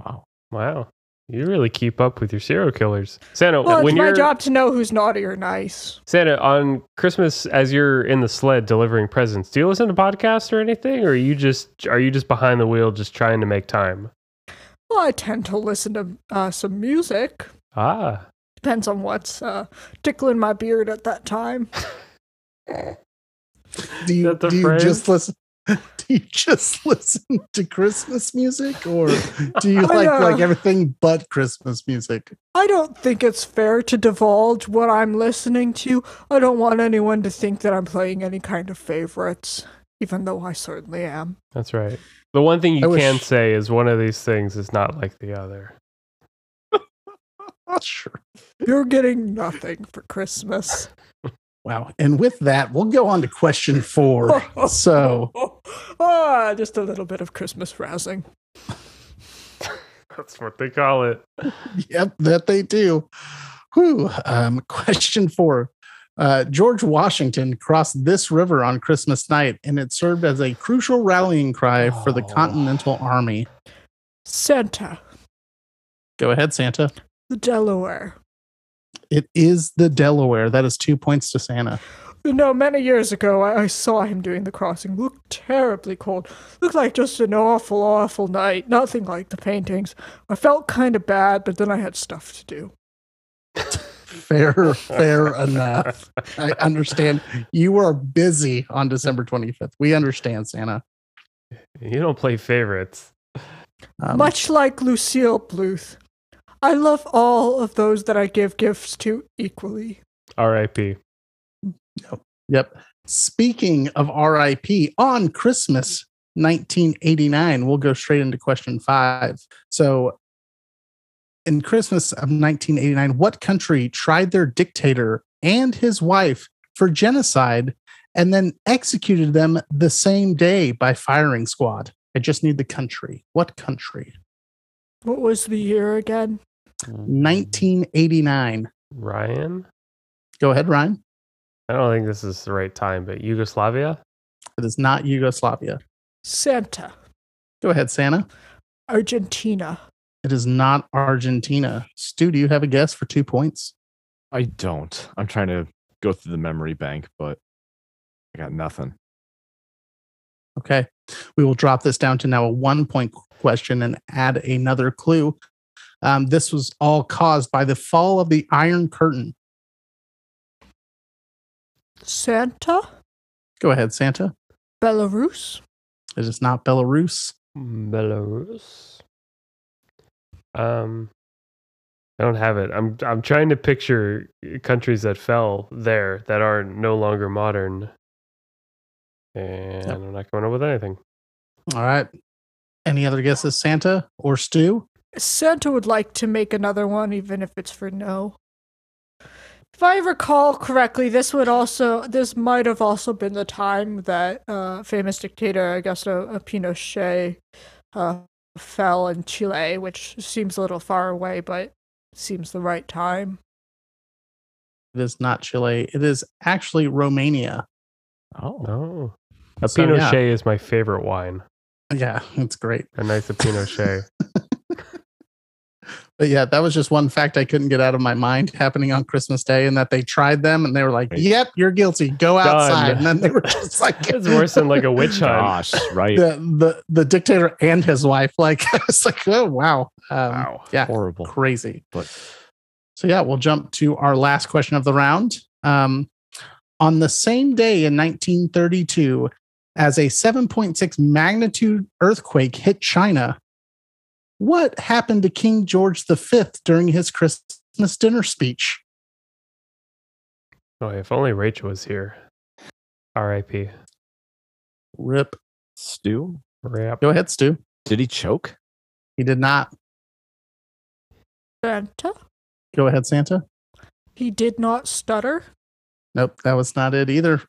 [SPEAKER 3] Wow.
[SPEAKER 4] Wow. You really keep up with your serial killers. Santa,
[SPEAKER 1] Well,
[SPEAKER 4] when
[SPEAKER 1] it's my
[SPEAKER 4] you're
[SPEAKER 1] job to know who's naughty or nice.
[SPEAKER 4] Santa, on Christmas as you're in the sled delivering presents, do you listen to podcasts or anything? Or are you just are you just behind the wheel just trying to make time?
[SPEAKER 1] Well, I tend to listen to uh, some music.
[SPEAKER 4] Ah.
[SPEAKER 1] Depends on what's uh, tickling my beard at that time.
[SPEAKER 2] do you,
[SPEAKER 4] that the
[SPEAKER 2] do you just
[SPEAKER 4] phrase?
[SPEAKER 2] listen do you just listen to christmas music or do you
[SPEAKER 1] I
[SPEAKER 2] like
[SPEAKER 1] know.
[SPEAKER 2] like everything but christmas music
[SPEAKER 1] I don't think it's fair to divulge what I'm listening to. I don't want anyone to think that I'm playing any kind of favorites, even though I certainly am.
[SPEAKER 4] That's right. The one thing
[SPEAKER 2] I
[SPEAKER 4] you
[SPEAKER 2] wish-
[SPEAKER 4] can say is one of these things is not like the other.
[SPEAKER 2] sure
[SPEAKER 1] You're getting nothing for Christmas.
[SPEAKER 2] wow and with that we'll go on to question four so
[SPEAKER 1] ah, just a little bit of Christmas rousing.
[SPEAKER 4] That's what they call it.
[SPEAKER 2] yep that they do Whew. um question four uh, George Washington crossed this river on Christmas night, and it served as a crucial rallying cry for the
[SPEAKER 4] Oh.
[SPEAKER 2] Continental Army.
[SPEAKER 1] Santa,
[SPEAKER 2] Go ahead, Santa.
[SPEAKER 1] the Delaware.
[SPEAKER 2] It is the Delaware. That is two points to Santa.
[SPEAKER 1] You know, many years ago, I, I saw him doing the crossing. Looked terribly cold. Looked like just an awful, awful night. Nothing like the paintings. I felt kind of bad, but then I had stuff to do.
[SPEAKER 2] Fair, fair enough. I understand. You are busy on December 25th. We understand, Santa.
[SPEAKER 4] You don't play favorites.
[SPEAKER 2] Um,
[SPEAKER 1] Much like Lucille Bluth, I love all of those that I give gifts to equally.
[SPEAKER 4] R.I.P.
[SPEAKER 2] Yep. Speaking of RIP, on Christmas 1989, we'll go straight into question five. So, in Christmas of 1989, what country tried their dictator and his wife for genocide and then executed them the same day by firing squad? I just need the country. What country?
[SPEAKER 1] What was the year again?
[SPEAKER 2] Mm-hmm. 1989.
[SPEAKER 4] Ryan?
[SPEAKER 2] Go ahead, Ryan.
[SPEAKER 4] I don't think this is the right time, but Yugoslavia?
[SPEAKER 2] It is not Yugoslavia.
[SPEAKER 1] Santa,
[SPEAKER 2] Go ahead, Santa.
[SPEAKER 1] Argentina.
[SPEAKER 2] It is not Argentina. Stu, do you have a guess for two points?
[SPEAKER 3] I don't. I'm trying to go through the memory bank, but I got nothing.
[SPEAKER 2] Okay. We will drop this down to now a one point question and add another clue. Um, this was all caused by the fall of the Iron Curtain.
[SPEAKER 1] Santa?
[SPEAKER 2] Go ahead, Santa.
[SPEAKER 1] Belarus?
[SPEAKER 2] It is not Belarus.
[SPEAKER 4] Belarus. Um, I don't have it. I'm I'm trying to picture countries that fell there that are no longer modern, and
[SPEAKER 2] Yep.
[SPEAKER 4] I'm not coming up with anything.
[SPEAKER 2] All right. Any other guesses, Santa or Stu?
[SPEAKER 1] Santa would like to make another one, even if it's for no. If I recall correctly, this would also this might have also been the time that uh, famous dictator Augusto uh, Pinochet uh, fell in Chile, which seems a little far away, but seems the right time.
[SPEAKER 2] It is not Chile. It is actually Romania.
[SPEAKER 3] Oh,
[SPEAKER 4] Oh, a
[SPEAKER 2] So,
[SPEAKER 4] Pinot
[SPEAKER 2] yeah.
[SPEAKER 4] Pinochet is my favorite wine.
[SPEAKER 2] Yeah, it's great.
[SPEAKER 4] A nice Pinochet.
[SPEAKER 2] But yeah, that was just one fact I couldn't get out of my mind happening on Christmas Day, and that they tried them and they were like,
[SPEAKER 3] Right.
[SPEAKER 2] "Yep, you're guilty. Go
[SPEAKER 4] Done.
[SPEAKER 2] outside." And then they were just like,
[SPEAKER 4] it's worse than like a witch hunt.
[SPEAKER 3] gosh, right?
[SPEAKER 2] the, the the dictator and his wife." Like, it's like, oh wow, um,
[SPEAKER 4] Wow.
[SPEAKER 2] yeah,
[SPEAKER 3] Horrible.
[SPEAKER 2] crazy.
[SPEAKER 3] But
[SPEAKER 2] So yeah, we'll jump to our last question of the round. Um, on the same day in 1932, as a 7.6 magnitude earthquake hit China, what happened to King George V during his Christmas dinner speech?
[SPEAKER 4] Oh, if only Rachel was here. R.I.P.
[SPEAKER 2] Rip.
[SPEAKER 3] Stu,
[SPEAKER 4] Rap.
[SPEAKER 2] Go ahead, Stu.
[SPEAKER 3] did he choke?
[SPEAKER 2] He did not.
[SPEAKER 1] Santa?
[SPEAKER 2] Go ahead, Santa.
[SPEAKER 1] He did not stutter.
[SPEAKER 2] Nope, that was not it either.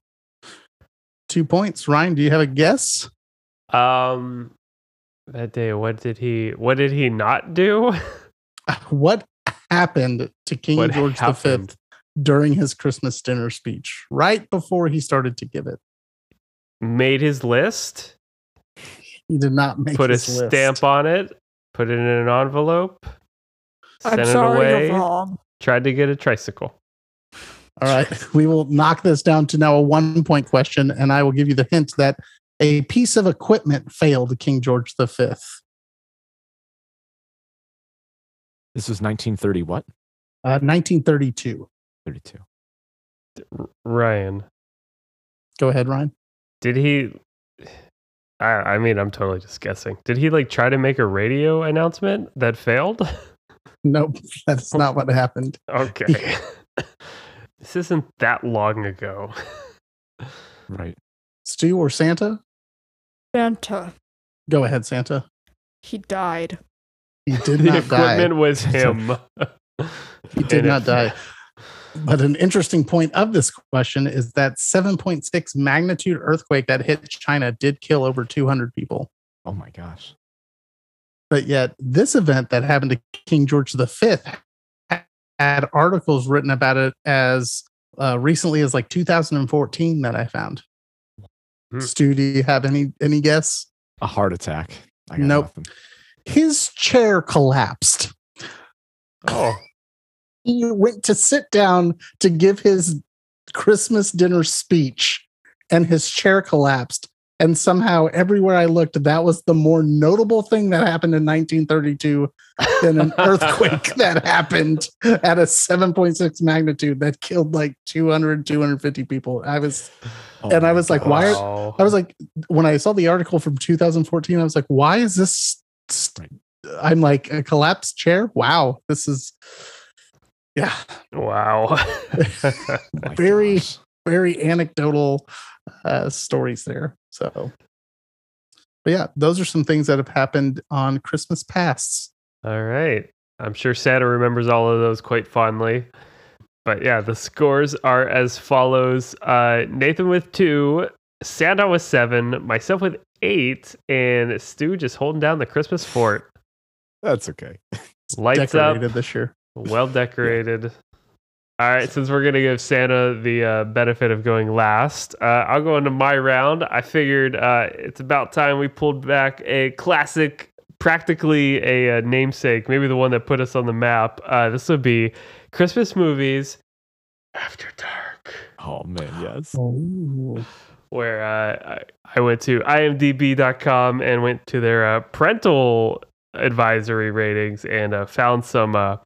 [SPEAKER 2] Two points. Ryan, do you have a guess?
[SPEAKER 4] Um, that day, what did he? What did he not do?
[SPEAKER 2] What happened to King
[SPEAKER 4] what
[SPEAKER 2] George V
[SPEAKER 4] happened?
[SPEAKER 2] during his Christmas dinner speech, right before he started to give it.
[SPEAKER 4] Made his list.
[SPEAKER 2] He did not make
[SPEAKER 4] put a
[SPEAKER 2] his list.
[SPEAKER 4] stamp on it, put it in an envelope, sent
[SPEAKER 1] I'm
[SPEAKER 4] it
[SPEAKER 1] sorry,
[SPEAKER 4] away,
[SPEAKER 1] you're wrong.
[SPEAKER 4] tried to get a tricycle.
[SPEAKER 2] All right, we will knock this down to now a one point question, and I will give you the hint that a piece of equipment failed King George V.
[SPEAKER 3] This was 1930, what?
[SPEAKER 2] Uh, 1932.
[SPEAKER 3] 32.
[SPEAKER 4] Ryan,
[SPEAKER 2] Go ahead, Ryan.
[SPEAKER 4] did he? I, I mean, I'm totally just guessing. Did he like try to make a radio announcement that failed?
[SPEAKER 2] Nope, that's not what happened.
[SPEAKER 4] okay. this isn't that long ago.
[SPEAKER 3] Right.
[SPEAKER 2] Stu or Santa?
[SPEAKER 1] Santa.
[SPEAKER 2] Go ahead, Santa.
[SPEAKER 1] He died.
[SPEAKER 2] He did
[SPEAKER 4] the
[SPEAKER 2] not die.
[SPEAKER 4] equipment was him.
[SPEAKER 2] He did not die. But an interesting point of this question is that 7.6 magnitude earthquake that hit China did kill over 200 people.
[SPEAKER 3] Oh my gosh.
[SPEAKER 2] But yet, this event that happened to King George V had articles written about it as uh, recently as like 2014 that I found.
[SPEAKER 4] Hmm.
[SPEAKER 2] Stu, do you have any any guess?
[SPEAKER 3] A heart attack. I got
[SPEAKER 2] Nope.
[SPEAKER 3] nothing.
[SPEAKER 2] His chair collapsed.
[SPEAKER 4] Oh,
[SPEAKER 2] He went to sit down to give his Christmas dinner speech, and his chair collapsed. And somehow, everywhere I looked, that was the more notable thing that happened in 1932 than an earthquake that happened at a 7.6 magnitude that killed like 200 250 people i was
[SPEAKER 3] Oh
[SPEAKER 2] And I
[SPEAKER 3] my
[SPEAKER 2] was like, why are-
[SPEAKER 4] Wow.
[SPEAKER 2] i was like when i saw the article from 2014 i was like why is this st- i'm like a collapsed chair wow this is yeah
[SPEAKER 4] wow.
[SPEAKER 3] my
[SPEAKER 2] very-
[SPEAKER 3] gosh.
[SPEAKER 2] very anecdotal uh, stories there so but yeah those are some things that have happened on christmas pasts
[SPEAKER 4] All right. I'm sure Santa remembers all of those quite fondly. But yeah, the scores are as follows uh, Nathan with two, Santa with seven, myself with eight, and Stu just holding down the Christmas fort.
[SPEAKER 3] That's okay.
[SPEAKER 4] Lights
[SPEAKER 2] decorated
[SPEAKER 4] up,
[SPEAKER 2] this year
[SPEAKER 4] well decorated. All right, since we're going to give Santa the uh, benefit of going last, uh, I'll go into my round. I figured uh, it's about time we pulled back a classic, practically a, uh namesake, maybe the one that put us on the map. Uh, this would be Christmas movies after dark,
[SPEAKER 3] Oh man, yes.
[SPEAKER 2] oh
[SPEAKER 4] where uh, I, I went to imdb.com and went to their uh, parental advisory ratings and uh, found some uh,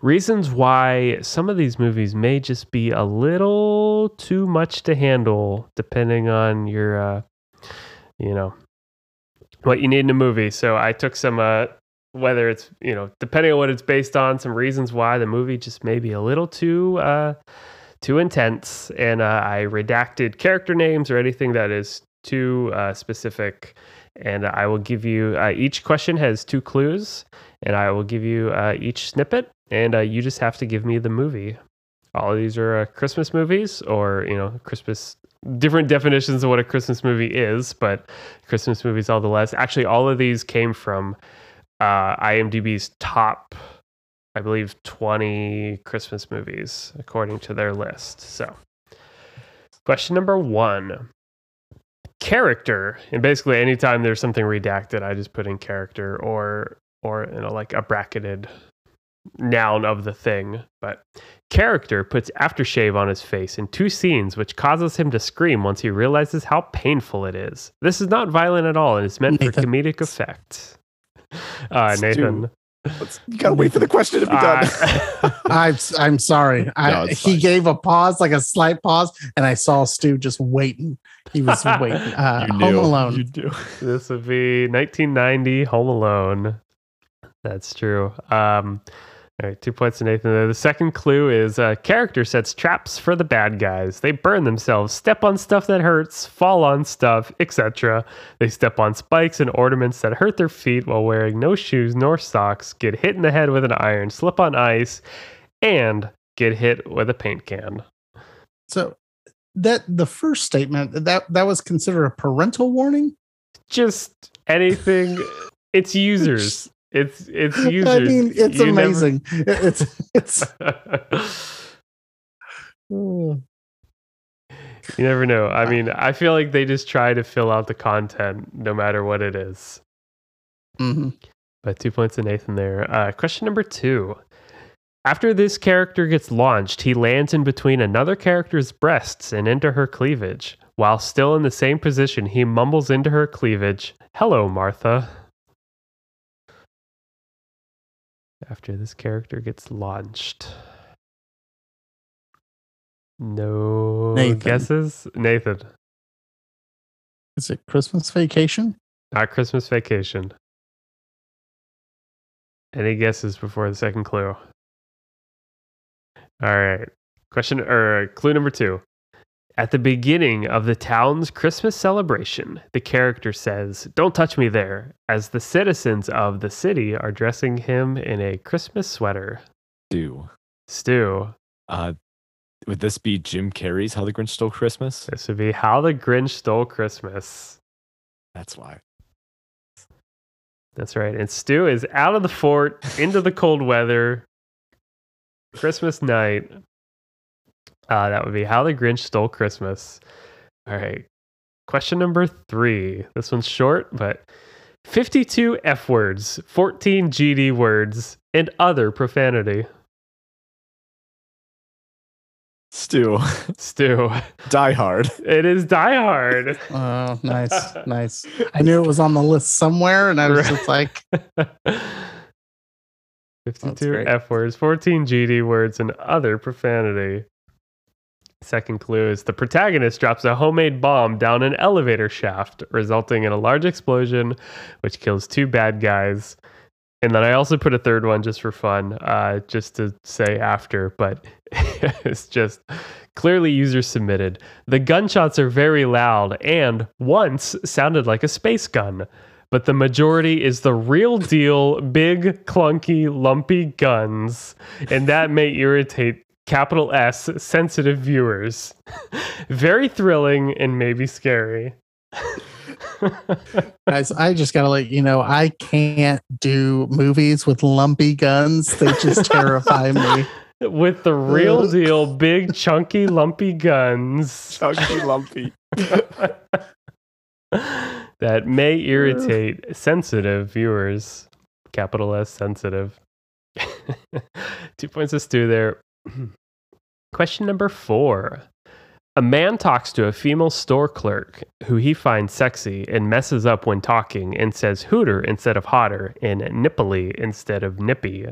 [SPEAKER 4] reasons why some of these movies may just be a little too much to handle, depending on your, uh, you know, what you need in a movie. So I took some, uh, whether it's you know, depending on what it's based on, some reasons why the movie just may be a little too. Uh, too intense, and uh, I redacted character names or anything that is too uh, specific. And I will give you uh, each question has two clues, and I will give you uh, each snippet, and uh, you just have to give me the movie. All of these are uh, Christmas movies, or you know, Christmas different definitions of what a Christmas movie is, but Christmas movies all the less. Actually, all of these came from uh, IMDb's top I believe, 20 Christmas movies according to their list. So, question number one character. And basically, anytime there's something redacted, I just put in character or, or, you know, like a bracketed noun of the thing. But character puts aftershave on his face in two scenes, which causes him to scream once he realizes how painful it is. This is not violent at all and it's meant for
[SPEAKER 2] Nathan.
[SPEAKER 4] comedic effect. Uh,
[SPEAKER 3] Stu.
[SPEAKER 4] Nathan.
[SPEAKER 3] Let's- you gotta wait for the question to be done.
[SPEAKER 4] Uh,
[SPEAKER 3] Ah.
[SPEAKER 2] I'm I'm sorry.
[SPEAKER 3] No,
[SPEAKER 2] I,
[SPEAKER 3] it's
[SPEAKER 2] he
[SPEAKER 3] fine.
[SPEAKER 2] gave a pause, like a slight pause, and I saw Stu just waiting. He was waiting. Uh,
[SPEAKER 3] You
[SPEAKER 2] Home
[SPEAKER 3] knew.
[SPEAKER 2] Alone.
[SPEAKER 3] You do.
[SPEAKER 4] this would be 1990 Home Alone. That's true. Um, all right, two points to Nathan. there. The second clue is uh, character sets traps for the bad guys. They burn themselves, step on stuff that hurts, fall on stuff, etc. They step on spikes and ornaments that hurt their feet while wearing no shoes nor socks, get hit in the head with an iron, slip on ice, and get hit with a paint can.
[SPEAKER 2] So that the first statement that that was considered a parental warning.
[SPEAKER 4] Just anything. It's users. It's it's users.
[SPEAKER 2] I mean, it's
[SPEAKER 4] You never-
[SPEAKER 2] amazing. It- It's it's. mm.
[SPEAKER 4] you never know. I mean, I feel like they just try to fill out the content no matter what it is.
[SPEAKER 2] Mhm.
[SPEAKER 4] But two points to Nathan there. Uh, question number two. After this character gets launched, he lands in between another character's breasts and into her cleavage. While still in the same position, he mumbles into her cleavage, Hello, Martha. After this character gets launched. No
[SPEAKER 2] Nathan.
[SPEAKER 4] guesses? Nathan.
[SPEAKER 2] Is it Christmas Vacation?
[SPEAKER 4] Not Christmas vacation. Any guesses before the second clue? All right. Question or clue number two. At the beginning of the town's Christmas celebration, the character says, Don't touch me there, as the citizens of the city are dressing him in a Christmas sweater.
[SPEAKER 3] Do.
[SPEAKER 4] Stu,
[SPEAKER 3] Uh, would this be Jim Carrey's How the Grinch Stole Christmas?
[SPEAKER 4] this would be How the Grinch Stole Christmas.
[SPEAKER 3] That's why.
[SPEAKER 4] That's right. And Stu is out of the fort into the cold weather. Christmas night. Uh, that would be how the Grinch stole Christmas. All right. Question number three. This one's short, but 52 F words, 14 GD words, and other profanity.
[SPEAKER 3] Stu,
[SPEAKER 4] Stu,
[SPEAKER 3] Die Hard.
[SPEAKER 4] it is Die Hard.
[SPEAKER 2] Oh, nice, nice. I knew it was on the list somewhere, and I was just like,
[SPEAKER 4] 52
[SPEAKER 2] great.
[SPEAKER 4] F words, 14 GD words, and other profanity. Second clue is the protagonist drops a homemade bomb down an elevator shaft, resulting in a large explosion, which kills two bad guys. And then I also put a third one just for fun, uh, just to say after, but it's just clearly user submitted. The gunshots are very loud and once sounded like a space gun but the majority is the real deal, big, clunky, lumpy guns, and that may irritate capital S sensitive viewers. Very thrilling and maybe scary.
[SPEAKER 2] guys, I just gotta let you know, I can't do movies with lumpy guns. They just terrify me.
[SPEAKER 4] With the real deal, big, chunky, lumpy guns
[SPEAKER 3] Chunky Lumpy.
[SPEAKER 4] that may irritate sensitive viewers. Capital S sensitive. Two points of stew there. Question number four. A man talks to a female store clerk who he finds sexy and messes up when talking and says hooter instead of hotter and nippily instead of nippy.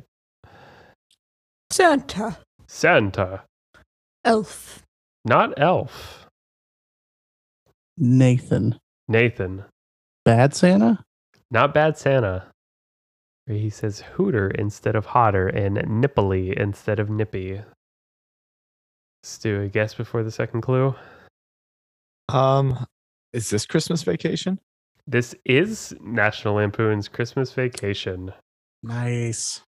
[SPEAKER 1] Santa.
[SPEAKER 4] Santa,
[SPEAKER 1] Elf.
[SPEAKER 4] not elf.
[SPEAKER 2] Nathan.
[SPEAKER 4] Nathan,
[SPEAKER 2] Bad Santa?
[SPEAKER 4] not bad Santa. Where he says hooter instead of hotter and nippily instead of nippy. Stu, a guess before the second clue?
[SPEAKER 3] Um, is this Christmas vacation?
[SPEAKER 4] This is National Lampoon's Christmas Vacation.
[SPEAKER 2] Nice.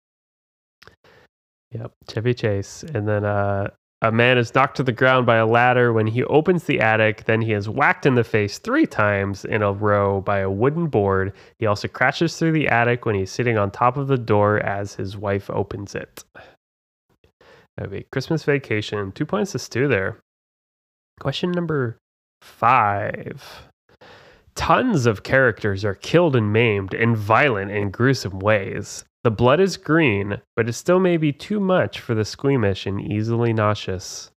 [SPEAKER 4] Yep, Chevy Chase. And then uh, a man is knocked to the ground by a ladder when he opens the attic. Then he is whacked in the face three times in a row by a wooden board. He also crashes through the attic when he's sitting on top of the door as his wife opens it. That'd be Christmas Vacation. Two points to Stu there. Question number five. Tons of characters are killed and maimed in violent and gruesome ways. The blood is green, but it still may be too much for the squeamish and easily nauseous.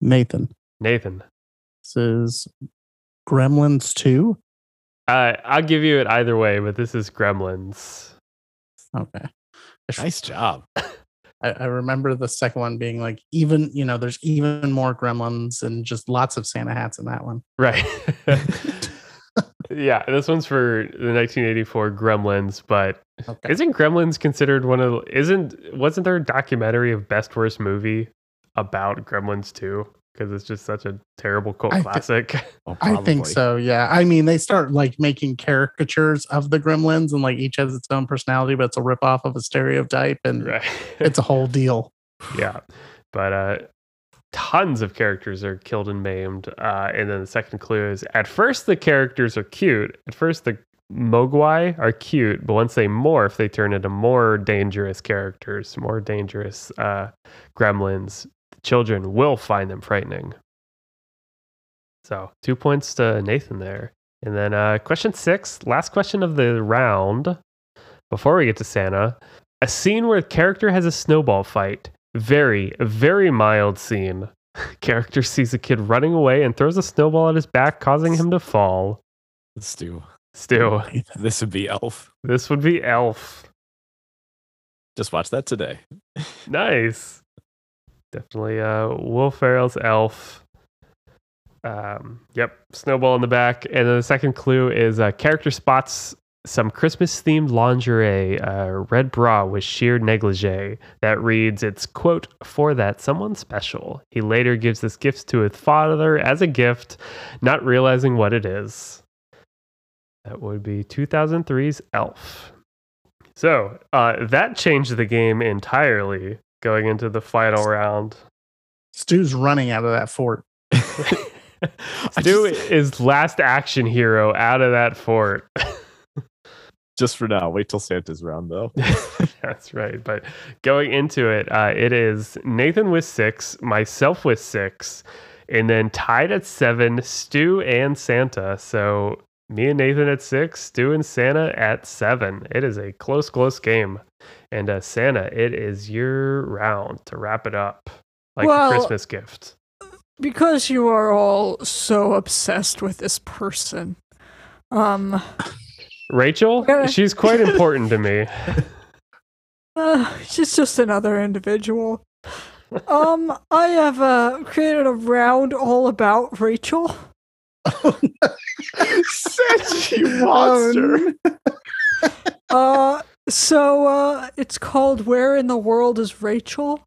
[SPEAKER 2] Nathan.
[SPEAKER 4] Nathan,
[SPEAKER 2] This is Gremlins 2.
[SPEAKER 4] uh, I'll give you it either way, but this is Gremlins.
[SPEAKER 2] Okay.
[SPEAKER 3] Nice job.
[SPEAKER 2] I, I remember the second one being like, even, you know, there's even more gremlins and just lots of Santa hats in that one.
[SPEAKER 4] Right. yeah, this one's for the 1984 Gremlins, but
[SPEAKER 2] Okay.
[SPEAKER 4] isn't Gremlins considered one of the- isn't wasn't there a documentary of best worst movie about Gremlins too? Because it's just such a terrible cult
[SPEAKER 2] I thi-
[SPEAKER 4] classic.
[SPEAKER 3] Oh,
[SPEAKER 2] I think
[SPEAKER 3] probably.
[SPEAKER 2] so. Yeah. I mean, they start like making caricatures of the gremlins and like each has its own personality, but it's a ripoff of a stereotype and
[SPEAKER 4] right.
[SPEAKER 2] it's a whole deal.
[SPEAKER 4] yeah but uh tons of characters are killed and maimed uh and then the second clue is at first the characters are cute at first the mogwai are cute but once they morph they turn into more dangerous characters more dangerous uh gremlins the children will find them frightening so two points to nathan there and then uh question six last question of the round before we get to santa a scene where a character has a snowball fight. Very, very mild scene. Character sees a kid running away and throws a snowball at his back, causing him to fall.
[SPEAKER 3] Let's do.
[SPEAKER 4] Stu,
[SPEAKER 3] This would be Elf.
[SPEAKER 4] this would be Elf.
[SPEAKER 3] Just watch that today.
[SPEAKER 4] Nice. Definitely uh, Will Ferrell's Elf. Um, yep, snowball in the back. And then the second clue is uh, character spots some Christmas themed lingerie, uh, red bra with sheer negligee that reads, It's quote, for that someone special. He later gives this gift to his father as a gift, not realizing what it is. That would be 2003's Elf. So uh, that changed the game entirely going into the final round.
[SPEAKER 2] Stu's running out of that fort.
[SPEAKER 3] I
[SPEAKER 4] Stu
[SPEAKER 3] just-
[SPEAKER 4] is last action hero out of that fort.
[SPEAKER 3] Just for now. Wait till Santa's round, though.
[SPEAKER 4] That's right. But going into it, uh, it is Nathan with six, myself with six, and then tied at seven, Stu and Santa. So me and Nathan at six, Stu and Santa at seven. It is a close, close game. And uh, Santa, it is your round to wrap it up like
[SPEAKER 1] Well-
[SPEAKER 4] a Christmas gift.
[SPEAKER 1] Because you are all so obsessed with this person. Um,
[SPEAKER 4] Rachel,
[SPEAKER 1] Okay.
[SPEAKER 4] she's quite important to me.
[SPEAKER 1] uh, she's just another individual. Um, I have uh, created a round all about Rachel.
[SPEAKER 3] Such you
[SPEAKER 2] monster.
[SPEAKER 1] Uh, so uh, it's called Where in the World is Rachel?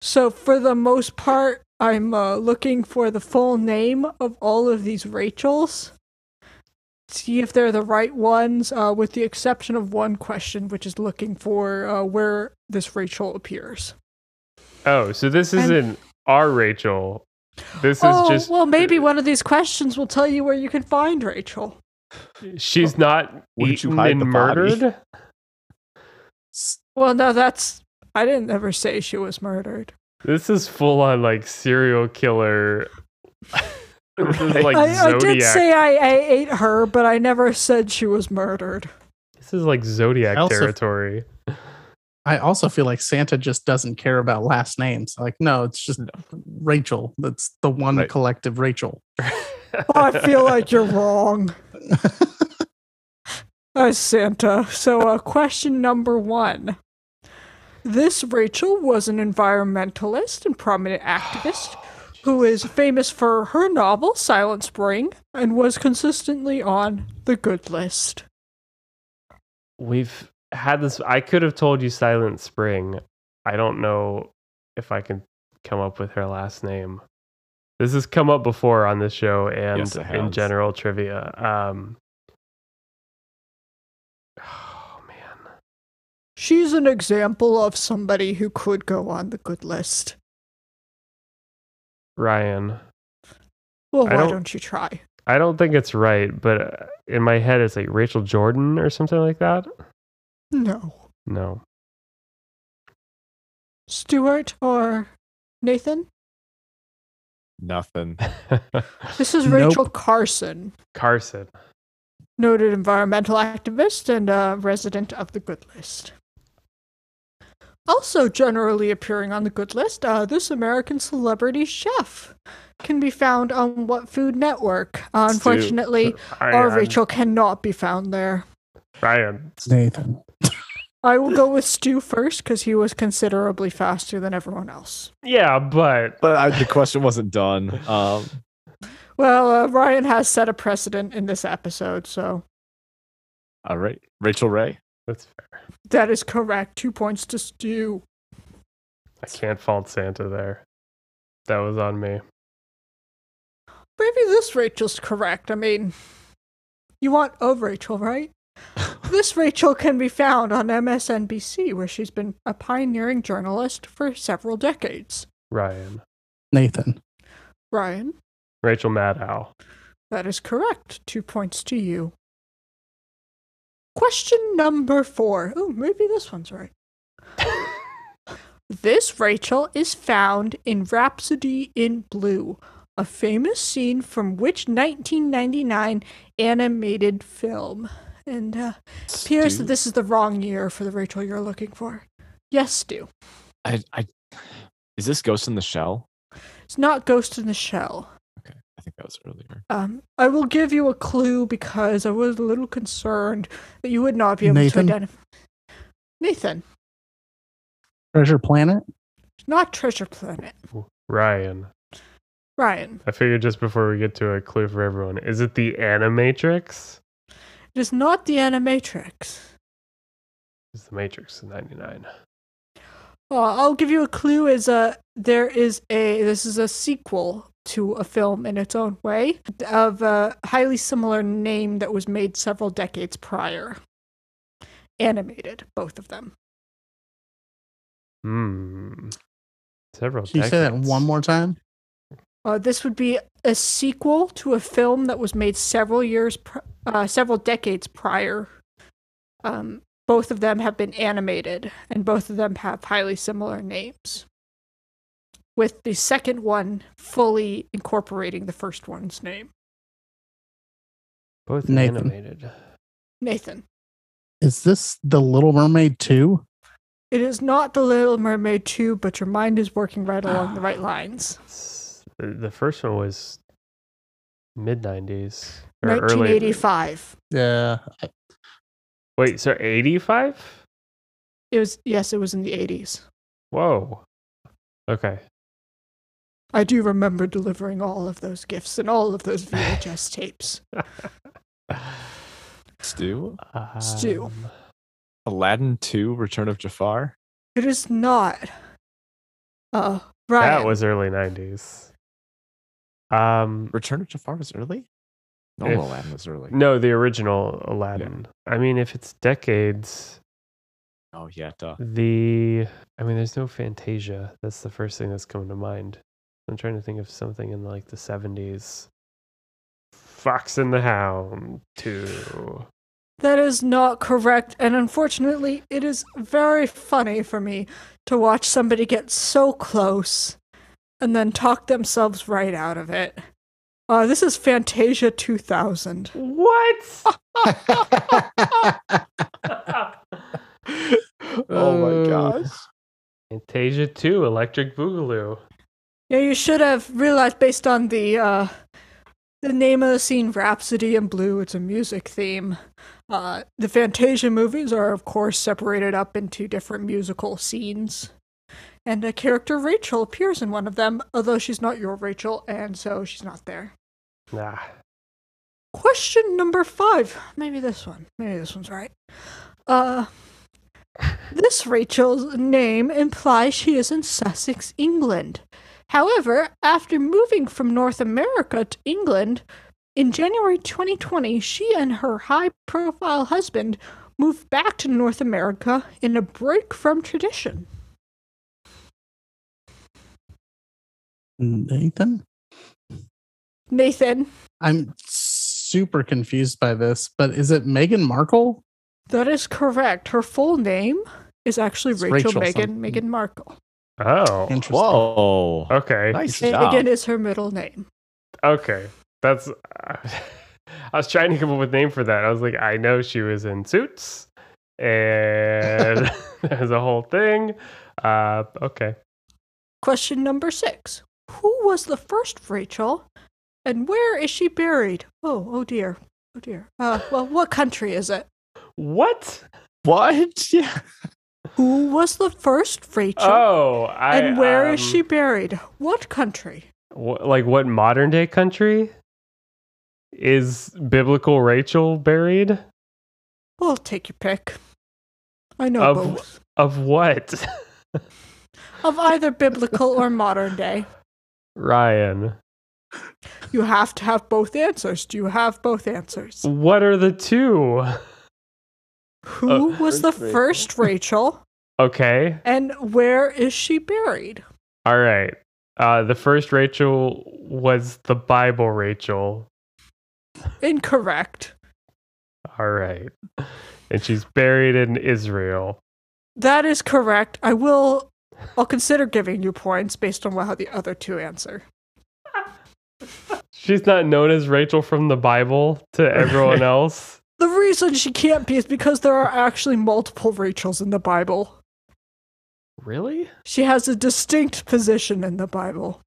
[SPEAKER 1] So for the most part, I'm uh, looking for the full name of all of these Rachels. See if they're the right ones, uh, with the exception of one question, which is looking for uh, where this Rachel appears.
[SPEAKER 4] Oh, so this
[SPEAKER 1] And-
[SPEAKER 4] isn't our Rachel. This is
[SPEAKER 1] oh,
[SPEAKER 4] just uh,
[SPEAKER 1] well, maybe one of these questions will tell you where you can find Rachel.
[SPEAKER 4] she's not
[SPEAKER 3] Where'd you
[SPEAKER 4] eaten
[SPEAKER 3] hide
[SPEAKER 4] and
[SPEAKER 3] the body?
[SPEAKER 4] murdered.
[SPEAKER 1] Well, no, that's. I didn't ever say she was murdered.
[SPEAKER 4] This is full on like serial killer. this is like
[SPEAKER 1] I, I
[SPEAKER 4] Zodiac.
[SPEAKER 1] did say I, I ate her, but I never said she was murdered.
[SPEAKER 4] this is like Zodiac
[SPEAKER 2] Also-
[SPEAKER 4] territory.
[SPEAKER 2] I also feel like Santa just doesn't care about last names. Like, no, it's just Rachel. That's the one
[SPEAKER 3] Right.
[SPEAKER 2] collective Rachel.
[SPEAKER 1] I feel like you're wrong. Uh, Santa. So, uh, question number one. This Rachel was an environmentalist and prominent activist who is famous for her novel Silent Spring and was consistently on the good list.
[SPEAKER 4] We've had this. I could have told you Silent Spring. I don't know if I can come up with her last name. This has come up before on this show and
[SPEAKER 3] Yes, it
[SPEAKER 4] in
[SPEAKER 3] has.
[SPEAKER 4] general trivia. Um, oh man,
[SPEAKER 1] She's an example of somebody who could go on the good list.
[SPEAKER 4] Ryan.
[SPEAKER 1] Well,
[SPEAKER 4] I
[SPEAKER 1] why
[SPEAKER 4] don't-
[SPEAKER 1] don't, you try?
[SPEAKER 4] I don't think it's right, but uh, in my head it's like Rachel Jordan or something like that.
[SPEAKER 1] No.
[SPEAKER 4] No,
[SPEAKER 1] Stuart or Nathan?
[SPEAKER 3] Nothing.
[SPEAKER 1] This is
[SPEAKER 2] Nope.
[SPEAKER 1] Rachel Carson.
[SPEAKER 4] Carson.
[SPEAKER 1] noted environmental activist and a resident of the good list. Also, generally appearing on the good list, uh, this American celebrity chef can be found on What Food Network. Uh,
[SPEAKER 3] Stu.
[SPEAKER 1] unfortunately, our
[SPEAKER 4] Ryan.
[SPEAKER 1] Rachel cannot be found there.
[SPEAKER 4] Ryan.
[SPEAKER 2] Nathan.
[SPEAKER 1] I will go with Stu first because he was considerably faster than everyone else.
[SPEAKER 4] Yeah, but
[SPEAKER 3] But I, the question wasn't done. Um,
[SPEAKER 1] Well, uh, Ryan has set a precedent in this episode, so
[SPEAKER 3] all right. Rachel Ray.
[SPEAKER 4] that's
[SPEAKER 1] that is correct. Two points to Stu.
[SPEAKER 4] I can't fault Santa there. That was on me.
[SPEAKER 1] Maybe this Rachel's correct. I mean, you want of Rachel, right? this Rachel can be found on MSNBC, where she's been a pioneering journalist for several decades.
[SPEAKER 4] Ryan.
[SPEAKER 2] Nathan.
[SPEAKER 1] Ryan,
[SPEAKER 4] Rachel Maddow.
[SPEAKER 1] that is correct. Two points to you. Question number four. Oh, maybe this one's right. this Rachel is found in Rhapsody in Blue, a famous scene from which 1999 animated film. And uh, appears
[SPEAKER 3] Stu.
[SPEAKER 1] that this is the wrong year for the Rachel you're looking for. Yes, Stu.
[SPEAKER 3] I, I, is this Ghost in the Shell?
[SPEAKER 1] It's not Ghost in the Shell.
[SPEAKER 3] Okay. I think that was earlier.
[SPEAKER 1] Um, I will give you a clue because I was a little concerned that you would not be able
[SPEAKER 2] Nathan?
[SPEAKER 1] to identify. Nathan,
[SPEAKER 2] Treasure Planet.
[SPEAKER 1] not Treasure Planet.
[SPEAKER 4] Ryan.
[SPEAKER 1] Ryan,
[SPEAKER 4] I figured just before we get to a clue for everyone, is it the Animatrix?
[SPEAKER 1] it is not the Animatrix.
[SPEAKER 4] It's the Matrix in 99.
[SPEAKER 1] Well, I'll give you a clue. Is a there is a this is a sequel to a film in its own way of a highly similar name that was made several decades prior. Animated, both of them.
[SPEAKER 4] Hmm. Several
[SPEAKER 2] Can you say that
[SPEAKER 4] decades.
[SPEAKER 2] one more time?
[SPEAKER 1] Uh, this would be a sequel to a film that was made several years, pr- uh, several decades prior. Um, both of them have been animated, and both of them have highly similar names. With the second one fully incorporating the first one's name,
[SPEAKER 4] Both
[SPEAKER 2] Nathan.
[SPEAKER 4] animated.
[SPEAKER 1] Nathan.
[SPEAKER 2] Is this The Little Mermaid 2?
[SPEAKER 1] It is not The Little Mermaid 2, but your mind is working right along
[SPEAKER 4] Ah.
[SPEAKER 1] the right lines.
[SPEAKER 4] S- The the first one was mid 90s. Or early.
[SPEAKER 1] 1985.
[SPEAKER 2] Yeah.
[SPEAKER 4] Wait, so 85?
[SPEAKER 1] It was yes, it was in the 80s.
[SPEAKER 4] Whoa. Okay.
[SPEAKER 1] I do remember delivering all of those gifts and all of those VHS tapes.
[SPEAKER 3] Stu?
[SPEAKER 1] Stu.
[SPEAKER 4] Um,
[SPEAKER 3] Aladdin 2, Return of Jafar?
[SPEAKER 1] It is not. Uh, Ryan.
[SPEAKER 4] That was early 90s. Um,
[SPEAKER 3] Return of Jafar was early? Eh. No,
[SPEAKER 4] If-
[SPEAKER 3] Aladdin was early.
[SPEAKER 4] no, the original Aladdin. I mean, if it's decades,
[SPEAKER 3] Oh, yeah, duh.
[SPEAKER 4] the I mean, there's no Fantasia. That's the first thing that's coming to mind. I'm trying to think of something in like the 70s. Fox and the Hound 2.
[SPEAKER 1] That is not correct, and unfortunately, it is very funny for me to watch somebody get so close and then talk themselves right out of it. Uh, this is Fantasia 2000.
[SPEAKER 4] What?
[SPEAKER 2] I
[SPEAKER 3] oh my gosh.
[SPEAKER 4] Fantasia 2, Electric Boogaloo.
[SPEAKER 1] Yeah, you should have realized based on the uh, the name of the scene, Rhapsody in Blue. It's a music theme. Uh, the Fantasia movies are, of course, separated up into different musical scenes, and the character Rachel appears in one of them, although she's not your Rachel, and so she's not there.
[SPEAKER 4] Nah.
[SPEAKER 1] Question number five. Maybe this one. Maybe this one's right. Uh, this Rachel's name implies she is in Sussex, England. However, after moving from North America to England, in January 2020, she and her high profile husband moved back to North America in a break from tradition.
[SPEAKER 2] Nathan?
[SPEAKER 1] Nathan,
[SPEAKER 2] I'm super confused by this, but is it Meghan Markle?
[SPEAKER 1] that is correct. Her full name is actually
[SPEAKER 2] It's
[SPEAKER 1] Rachel,
[SPEAKER 2] Rachel
[SPEAKER 1] Megan
[SPEAKER 2] something.
[SPEAKER 1] Megan Markle.
[SPEAKER 4] Oh.
[SPEAKER 2] Interesting.
[SPEAKER 3] Whoa.
[SPEAKER 4] Okay.
[SPEAKER 3] Nice job.
[SPEAKER 1] Megan is her middle name.
[SPEAKER 4] Okay. That's. uh, I was trying to come up with a name for that. I was like, I know she was in suits, and there's a whole thing. Uh, okay.
[SPEAKER 1] Question number six Who was the first Rachel and where is she buried? Oh, oh dear. Oh dear. Uh, well, what country is it?
[SPEAKER 4] What?
[SPEAKER 3] What? Yeah.
[SPEAKER 1] Who was the first Rachel
[SPEAKER 4] Oh, I.
[SPEAKER 1] and where is
[SPEAKER 4] um,
[SPEAKER 1] she buried? What country?
[SPEAKER 4] wh- like what modern day country is biblical Rachel buried?
[SPEAKER 1] Well, take your pick. I know
[SPEAKER 4] Of-
[SPEAKER 1] both.
[SPEAKER 4] Of what?
[SPEAKER 1] Of either biblical or modern day.
[SPEAKER 4] Ryan.
[SPEAKER 1] You have to have both answers. Do you have both answers?
[SPEAKER 4] What are the two? Oh,
[SPEAKER 1] Who was the
[SPEAKER 3] first Rachel.
[SPEAKER 1] first Rachel
[SPEAKER 4] Okay.
[SPEAKER 1] and where is she buried?
[SPEAKER 4] All right. Uh, the first Rachel was the Bible Rachel.
[SPEAKER 1] Incorrect.
[SPEAKER 4] All right. And she's buried in Israel.
[SPEAKER 1] That is correct. I will. I'll consider giving you points based on how the other two answer.
[SPEAKER 4] She's not known as Rachel from the Bible to everyone else.
[SPEAKER 1] The reason she can't be is because there are actually multiple Rachels in the Bible.
[SPEAKER 4] Really?
[SPEAKER 1] She has a distinct position in the Bible.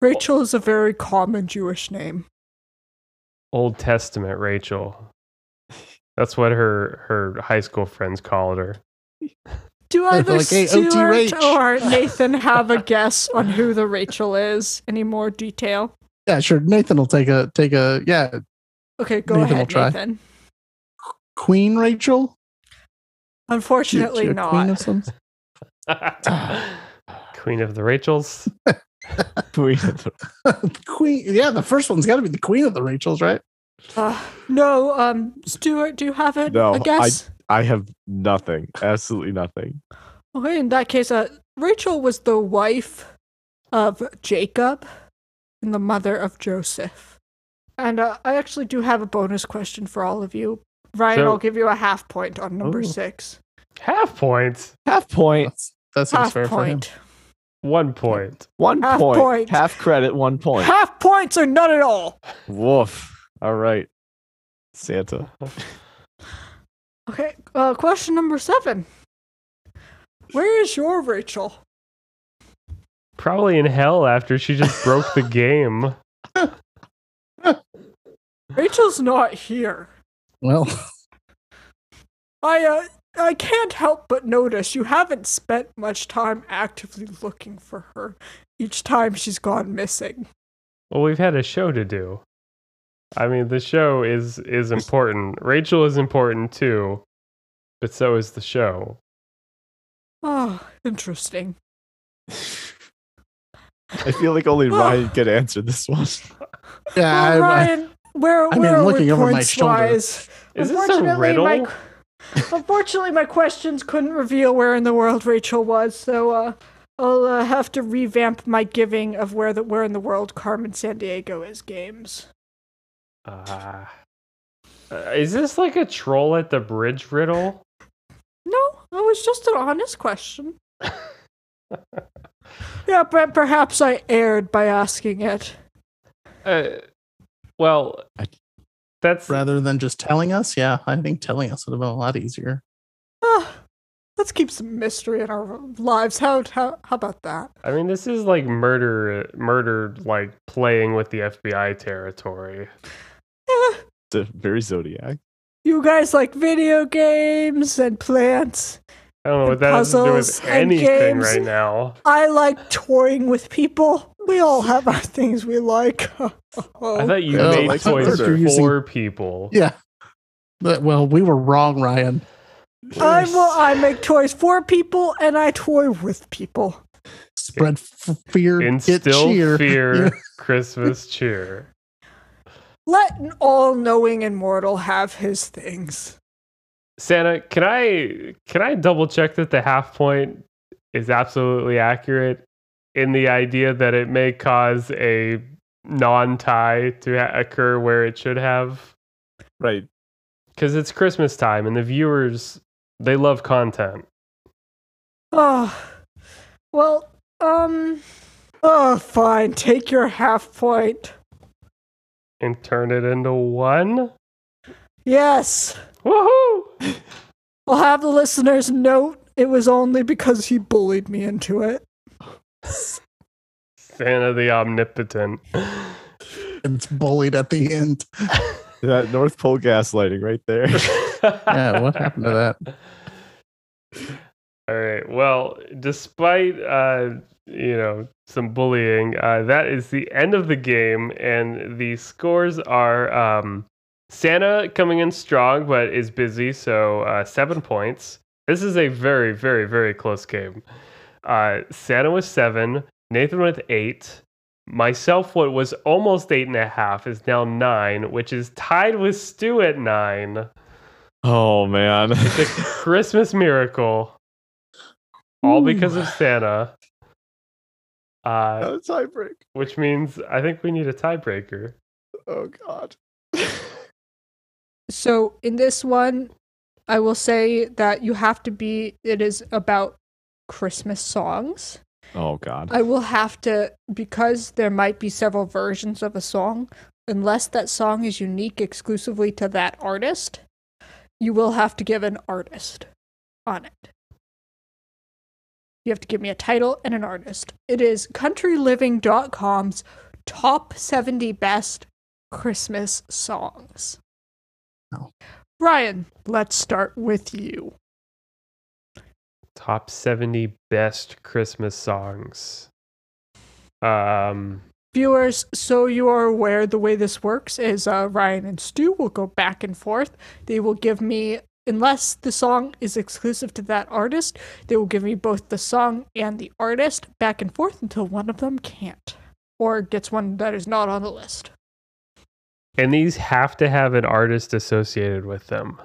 [SPEAKER 1] Rachel is a very common Jewish name.
[SPEAKER 4] Old Testament Rachel. That's what her her high school friends called her.
[SPEAKER 1] Do
[SPEAKER 2] They're
[SPEAKER 1] either
[SPEAKER 2] like, "Hey, OT
[SPEAKER 1] Stuart
[SPEAKER 2] Rach."
[SPEAKER 1] or Nathan have a guess on who the Rachel is? Any more detail?
[SPEAKER 2] Yeah, sure. Nathan will take a take a yeah.
[SPEAKER 1] Okay, go
[SPEAKER 2] Nathan will
[SPEAKER 1] ahead,
[SPEAKER 2] try.
[SPEAKER 1] Nathan.
[SPEAKER 2] Queen Rachel? She-
[SPEAKER 1] Unfortunately,
[SPEAKER 2] she a
[SPEAKER 1] not.
[SPEAKER 2] Queen of some-
[SPEAKER 4] Queen of the Rachels.
[SPEAKER 2] queen yeah, the first one's gotta be the Queen of the Rachels, right?
[SPEAKER 1] Uh, no, um, Stuart, do you have a,
[SPEAKER 3] No,
[SPEAKER 1] a
[SPEAKER 3] I-
[SPEAKER 1] guess?
[SPEAKER 3] I have nothing. Absolutely nothing.
[SPEAKER 1] Okay, in that case, uh, Rachel was the wife of Jacob and the mother of Joseph. And uh, I actually do have a bonus question for all of you. Ryan,
[SPEAKER 4] So-
[SPEAKER 1] I'll give you a half point on number
[SPEAKER 3] Ooh.
[SPEAKER 1] six.
[SPEAKER 4] Half point.
[SPEAKER 3] Half point,
[SPEAKER 2] That's that seems
[SPEAKER 1] Half
[SPEAKER 2] fair
[SPEAKER 1] point.
[SPEAKER 4] One point.
[SPEAKER 3] one
[SPEAKER 1] Half
[SPEAKER 3] point,
[SPEAKER 1] point.
[SPEAKER 3] half credit, one point.
[SPEAKER 1] Half points or none at all.
[SPEAKER 3] Woof. All right. Santa.
[SPEAKER 1] Okay, uh, question number seven. Where is your Rachel?
[SPEAKER 4] Probably in hell after she just broke the game.
[SPEAKER 1] Rachel's not here.
[SPEAKER 2] for him. Well,
[SPEAKER 1] I uh, I can't help but notice you haven't spent much time actively looking for her. Each time she's gone missing.
[SPEAKER 4] Well, we've had a show to do. I mean, the show is is important. Rachel is important too, but so is the show.
[SPEAKER 1] Oh, interesting.
[SPEAKER 3] I feel like only Ryan could answer this one.
[SPEAKER 2] yeah,
[SPEAKER 1] well,
[SPEAKER 2] I- I-
[SPEAKER 1] Ryan, where
[SPEAKER 2] I mean,
[SPEAKER 1] where are we
[SPEAKER 2] looking over my
[SPEAKER 1] points
[SPEAKER 2] shoulder.
[SPEAKER 1] wise?
[SPEAKER 4] Is this a riddle?
[SPEAKER 1] My, unfortunately, my questions couldn't reveal where in the world Rachel was, so uh, I'll uh, have to revamp my giving of where the where in the world Carmen San Diego is games.
[SPEAKER 4] Uh, uh, is this like a troll at the bridge riddle?
[SPEAKER 1] No, it was just an honest question. yeah, but perhaps I erred by asking it.
[SPEAKER 4] Uh, well,
[SPEAKER 3] I-
[SPEAKER 4] that's
[SPEAKER 2] rather than just telling us, yeah, I think telling us would have been a lot easier.
[SPEAKER 1] Ah, Let's keep some mystery in our lives. How how, how about that?
[SPEAKER 4] I mean, this is like murder, murder, like playing with the FBI territory.
[SPEAKER 1] Eh,
[SPEAKER 3] It's a very zodiac.
[SPEAKER 1] you guys like video games and plants.
[SPEAKER 4] I don't know
[SPEAKER 1] And
[SPEAKER 4] what that has to do
[SPEAKER 1] puzzles
[SPEAKER 4] with
[SPEAKER 1] and
[SPEAKER 4] anything
[SPEAKER 1] games.
[SPEAKER 4] right now.
[SPEAKER 1] I like touring with people. We all have our things we like.
[SPEAKER 4] I thought you
[SPEAKER 3] Oh,
[SPEAKER 4] made
[SPEAKER 3] like
[SPEAKER 4] toys
[SPEAKER 3] murder.
[SPEAKER 4] for
[SPEAKER 2] Using-
[SPEAKER 4] people.
[SPEAKER 2] Yeah. But, well, we were wrong, Ryan.
[SPEAKER 1] I well, I make toys for people and I toy with people.
[SPEAKER 2] Spread f- fear, get
[SPEAKER 4] Instill
[SPEAKER 2] cheer.
[SPEAKER 4] fear,
[SPEAKER 2] Yeah.
[SPEAKER 4] Christmas cheer.
[SPEAKER 1] Let an all-knowing immortal have his things.
[SPEAKER 4] Santa, can I can I double check that the half point is absolutely accurate in the idea that it may cause a non-tie to ha- occur where it should have
[SPEAKER 3] Right.
[SPEAKER 4] because it's Christmas time and the viewers they love content.
[SPEAKER 1] Oh, well, um, oh, fine. Take your half point.
[SPEAKER 4] and turn it into one.
[SPEAKER 1] Yes,
[SPEAKER 4] Woohoo!
[SPEAKER 1] I'll have the listeners note it was only because he bullied me into it.
[SPEAKER 4] Santa the Omnipotent.
[SPEAKER 2] And it's bullied at the end.
[SPEAKER 3] That North Pole gaslighting right there.
[SPEAKER 2] Yeah, what happened to that?
[SPEAKER 4] All right. Well, despite uh, you know some bullying, uh, that is the end of the game, and the scores are um, Santa coming in strong, but is busy, so uh, seven points. This is a very, very, very close game. Uh, Santa with seven, Nathan with eight, myself what was almost eight and a half is now nine, which is tied with Stu at nine.
[SPEAKER 3] Oh man.
[SPEAKER 4] It's a Christmas miracle. All because of Santa. Uh,
[SPEAKER 3] That's high break.
[SPEAKER 4] which means I think we need a tiebreaker.
[SPEAKER 3] Oh god.
[SPEAKER 1] So in this one, I will say that you have to be. It is about Christmas songs.
[SPEAKER 3] Oh god.
[SPEAKER 1] I will have to because there might be several versions of a song. Unless that song is unique exclusively to that artist, you will have to give an artist on it. You have to give me a title and an artist. It is countryliving.com's top 70 best Christmas songs.
[SPEAKER 2] Oh.
[SPEAKER 1] Ryan, let's start with you.
[SPEAKER 4] Top 70 best Christmas songs. Um,
[SPEAKER 1] Viewers, so you are aware, the way this works is uh, Ryan and Stu will go back and forth. They will give me, unless the song is exclusive to that artist, they will give me both the song and the artist back and forth until one of them can't or gets one that is not on the list.
[SPEAKER 4] and these have to have an artist associated with them.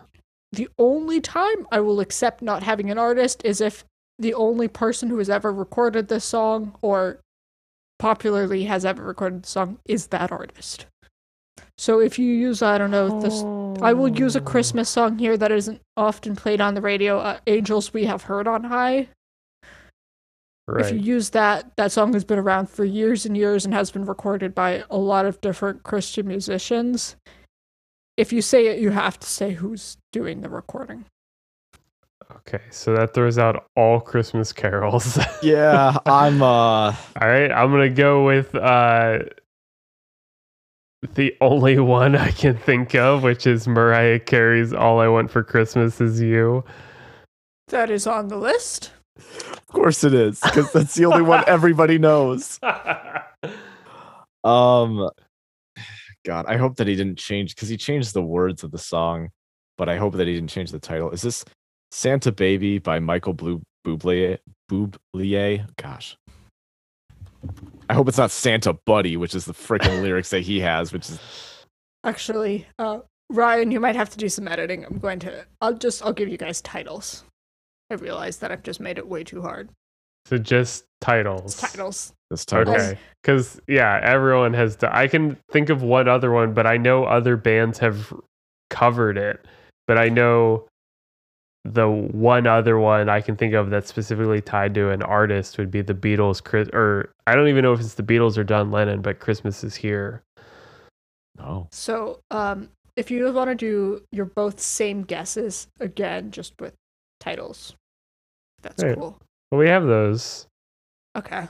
[SPEAKER 1] The only time I will accept not having an artist is if the only person who has ever recorded this song or popularly has ever recorded the song is that artist. So if you use, I don't know,
[SPEAKER 4] Oh.
[SPEAKER 1] this. I will use a Christmas song here that isn't often played on the radio. Uh, Angels We Have Heard on High. If you
[SPEAKER 4] Right.
[SPEAKER 1] use that, that song has been around for years and years and has been recorded by a lot of different Christian musicians. If you say it, you have to say who's doing the recording.
[SPEAKER 4] Okay, so that throws out all Christmas carols.
[SPEAKER 3] yeah, I'm uh
[SPEAKER 4] All right, I'm gonna go with uh, the only one I can think of, which is Mariah Carey's "All I Want for Christmas Is You."
[SPEAKER 1] That is on the list.
[SPEAKER 3] of course it is, because that's the only one everybody knows. Um God, I hope that he didn't change because he changed the words of the song, but I hope that he didn't change the title. Is this Santa Baby by Michael Blue Bublé? Bublé? Gosh. I hope it's not Santa Buddy, which is the freaking lyrics that he has, which is
[SPEAKER 1] Actually, uh, Ryan, you might have to do some editing. I'm going to. I'll just. I'll give you guys titles. I realize that I've just made it way too hard.
[SPEAKER 4] so just titles.
[SPEAKER 1] It's titles.
[SPEAKER 3] this title.
[SPEAKER 4] Okay, because yeah, everyone has. To, I can think of one other one, but I know other bands have covered it. But I know the one other one I can think of that's specifically tied to an artist would be the Beatles. Chris, or I don't even know if it's the Beatles or John Lennon, but "Christmas Is Here."
[SPEAKER 3] Oh.
[SPEAKER 1] So, um, if you want to do your both same guesses again, just with titles. That's
[SPEAKER 4] Right.
[SPEAKER 1] cool.
[SPEAKER 4] But we have those.
[SPEAKER 1] Okay.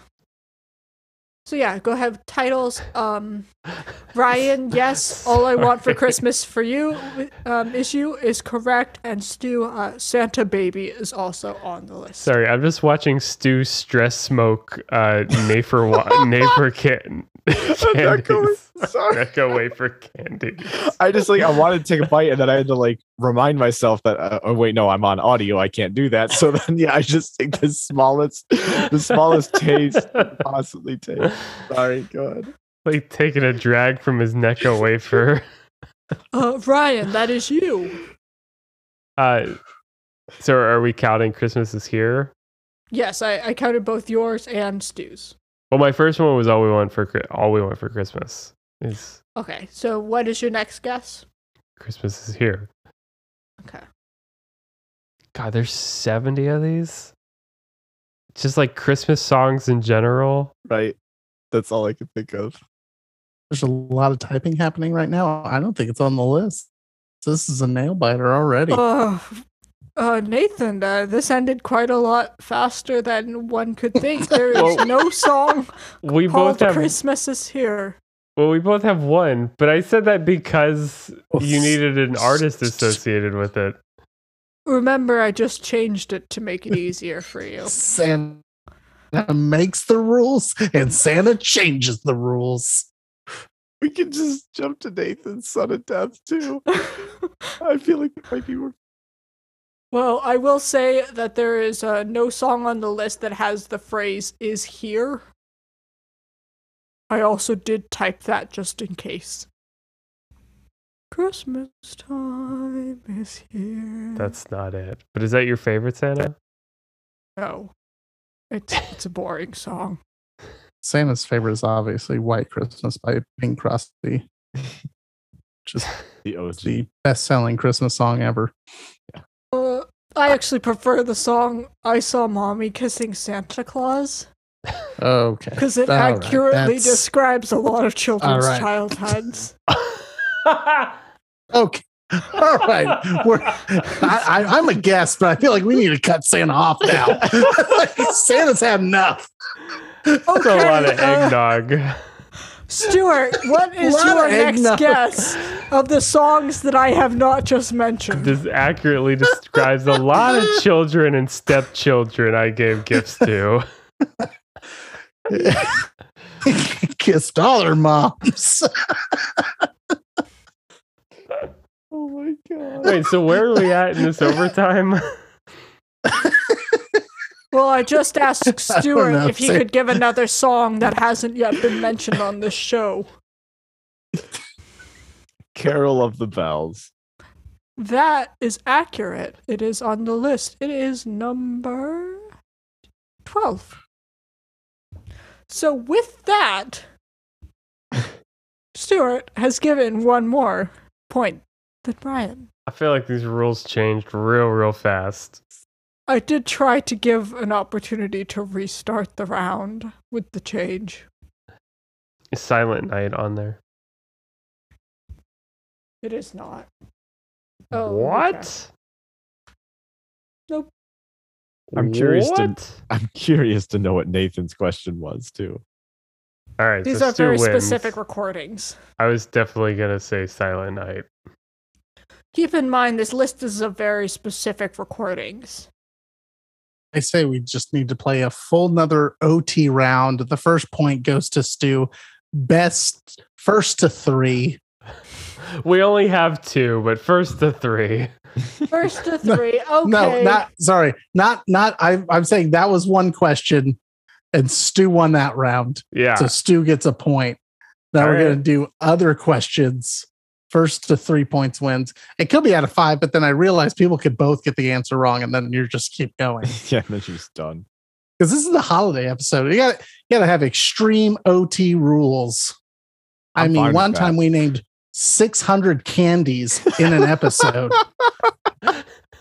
[SPEAKER 1] So yeah, go have titles. Um, Ryan, yes, all I want for
[SPEAKER 4] Sorry.
[SPEAKER 1] Christmas for you um, issue is correct, and Stu, uh, Santa Baby is also on the list.
[SPEAKER 4] Sorry, I'm just watching Stu stress smoke uh Nafer wa- Nafer can-
[SPEAKER 3] Necco-
[SPEAKER 4] candies.
[SPEAKER 3] Sorry.
[SPEAKER 4] Necco wafer candy.
[SPEAKER 3] I just like I wanted to take a bite, and then I had to like remind myself that uh, oh wait no I'm on audio I can't do that. So then yeah I just take the smallest the smallest taste possibly take. Sorry, go ahead.
[SPEAKER 4] like taking a drag from his Necco wafer.
[SPEAKER 1] Uh, Ryan, that is you.
[SPEAKER 4] Uh, so are we counting Christmas is here?
[SPEAKER 1] Yes, I, I counted both yours and Stu's.
[SPEAKER 4] Well, my first one was all we want for Chri- all we want for Christmas is
[SPEAKER 1] Okay, so what is your next guess?
[SPEAKER 4] Christmas is here.
[SPEAKER 1] Okay.
[SPEAKER 4] God, there's 70 of these. Just like Christmas songs in general.
[SPEAKER 3] Right, that's all I could think of.
[SPEAKER 2] There's a lot of typing happening right now. I don't think it's on the list. This is a nail biter already.
[SPEAKER 3] Oh,
[SPEAKER 1] Uh, uh, Nathan, uh, this ended quite a lot faster than one could think. There is
[SPEAKER 4] Whoa.
[SPEAKER 1] no song
[SPEAKER 4] We
[SPEAKER 1] called
[SPEAKER 4] both have
[SPEAKER 1] Christmas is Here.
[SPEAKER 4] well, we both have one, but I said that because
[SPEAKER 2] Oh,
[SPEAKER 4] you needed an artist associated with it.
[SPEAKER 1] Remember, I just changed it to make it easier for you.
[SPEAKER 2] Santa makes the rules and Santa changes the rules.
[SPEAKER 3] We can just jump to Nathan's son of death too. I feel like it might be more.
[SPEAKER 1] well, I will say that there is uh, no song on the list that has the phrase is here. I also did type that just in case. Christmas time is here.
[SPEAKER 4] That's not it. But is that your favorite Santa? Oh,
[SPEAKER 1] No. It's, it's a boring song.
[SPEAKER 2] Santa's favorite is obviously White Christmas by Pink Crosby. Just
[SPEAKER 3] The OG.
[SPEAKER 2] the best selling Christmas song ever.
[SPEAKER 1] Uh, I actually prefer the song I Saw Mommy Kissing Santa Claus
[SPEAKER 2] Okay.
[SPEAKER 1] because it
[SPEAKER 2] All right,
[SPEAKER 1] accurately
[SPEAKER 2] that's-
[SPEAKER 1] describes a lot of children's
[SPEAKER 2] right.
[SPEAKER 1] childhoods.
[SPEAKER 2] Okay. All right. We're, I, I, I'm a guest, but I feel like we need to cut Santa off now. Santa's had enough.
[SPEAKER 4] That's a lot of
[SPEAKER 1] uh,
[SPEAKER 4] eggnog.
[SPEAKER 1] Stuart, what is
[SPEAKER 2] Lot of
[SPEAKER 1] your next
[SPEAKER 2] eggnog.
[SPEAKER 1] guess of the songs that I have not just mentioned?
[SPEAKER 4] this accurately describes a lot of children and stepchildren I gave gifts to.
[SPEAKER 2] Kissed all her moms.
[SPEAKER 3] Oh my god.
[SPEAKER 4] Wait, so where are we at in this overtime?
[SPEAKER 1] Well, I just asked
[SPEAKER 2] I don't
[SPEAKER 1] Stuart
[SPEAKER 2] know,
[SPEAKER 1] if he
[SPEAKER 2] Sam.
[SPEAKER 1] could give another song that hasn't yet been mentioned on this show.
[SPEAKER 3] Carol of the Bells.
[SPEAKER 1] That is accurate. It is on the list. It is number 12. So, with that, Stuart has given one more point than Brian.
[SPEAKER 4] I feel like these rules changed real, real fast.
[SPEAKER 1] I did try to give an opportunity to restart the round with the change.
[SPEAKER 4] Is Silent Night on there?
[SPEAKER 1] It is not. Oh, okay.
[SPEAKER 4] what?
[SPEAKER 1] Nope.
[SPEAKER 3] I'm curious to-
[SPEAKER 4] What?
[SPEAKER 3] I'm curious to know what Nathan's question was too.
[SPEAKER 4] All right.
[SPEAKER 1] These
[SPEAKER 4] so
[SPEAKER 1] are
[SPEAKER 4] Stu
[SPEAKER 1] very
[SPEAKER 4] wins.
[SPEAKER 1] specific recordings.
[SPEAKER 4] I was definitely gonna say Silent Night.
[SPEAKER 1] Keep in mind, this list is of very specific recordings.
[SPEAKER 2] I say we just need to play a full another OT round. The first point goes to Stu. Best first to three.
[SPEAKER 4] We only have two, but first the three.
[SPEAKER 1] First to three. Okay.
[SPEAKER 2] No, not sorry. Not not I I'm saying that was one question and Stu won that round.
[SPEAKER 4] Yeah.
[SPEAKER 2] So Stu gets a point. Now
[SPEAKER 4] All
[SPEAKER 2] we're
[SPEAKER 4] right.
[SPEAKER 2] gonna do other questions. First to three points wins. It could be out of five, but then I realized people could both get the answer wrong, and then you just keep going
[SPEAKER 3] yeah, and then she was done.
[SPEAKER 2] because this is the holiday episode. You got you got to have extreme OT rules. i
[SPEAKER 3] I'm fine
[SPEAKER 2] mean,
[SPEAKER 3] with
[SPEAKER 2] one
[SPEAKER 3] that.
[SPEAKER 2] time we named 600 candies in an episode.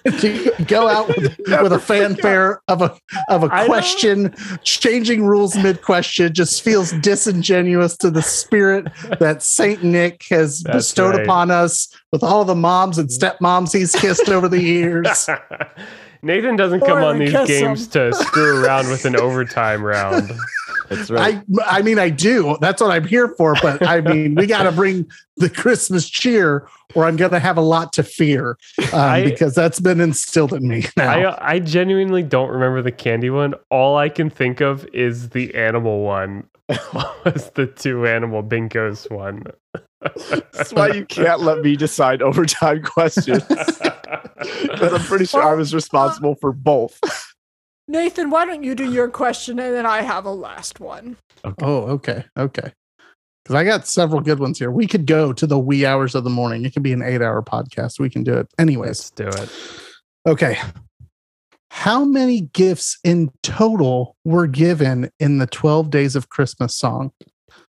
[SPEAKER 2] to go out with, with a fanfare of a of a
[SPEAKER 4] I don't-
[SPEAKER 2] question, changing rules mid question just feels disingenuous to the spirit that Saint Nick has
[SPEAKER 4] That's
[SPEAKER 2] bestowed
[SPEAKER 4] right.
[SPEAKER 3] Mm.
[SPEAKER 2] upon us with all the moms and stepmoms he's kissed over the years.
[SPEAKER 4] Nathan doesn't come
[SPEAKER 1] Or
[SPEAKER 4] on these
[SPEAKER 1] kiss
[SPEAKER 4] games to screw around with an overtime round.
[SPEAKER 3] That's right.
[SPEAKER 2] I I mean I do. That's what I'm here for. But I mean we got to bring the Christmas cheer, or I'm gonna have a lot to fear um,
[SPEAKER 4] I-
[SPEAKER 2] because that's been instilled in me. Now
[SPEAKER 4] I uh, I genuinely don't remember the candy one. All I can think of is the animal one. was the two animal bingos one?
[SPEAKER 3] That's why you can't let me decide overtime questions. Because I'm pretty sure I was responsible for both.
[SPEAKER 1] Nathan, why don't you do your question and then I have a last one?
[SPEAKER 2] oh okay okay because I got several good ones here. We could go to the wee hours of the morning. It could be an eight hour podcast. We can do it anyways.
[SPEAKER 4] Let's do it.
[SPEAKER 2] Okay. How many gifts in total were given in the 12 days of Christmas song?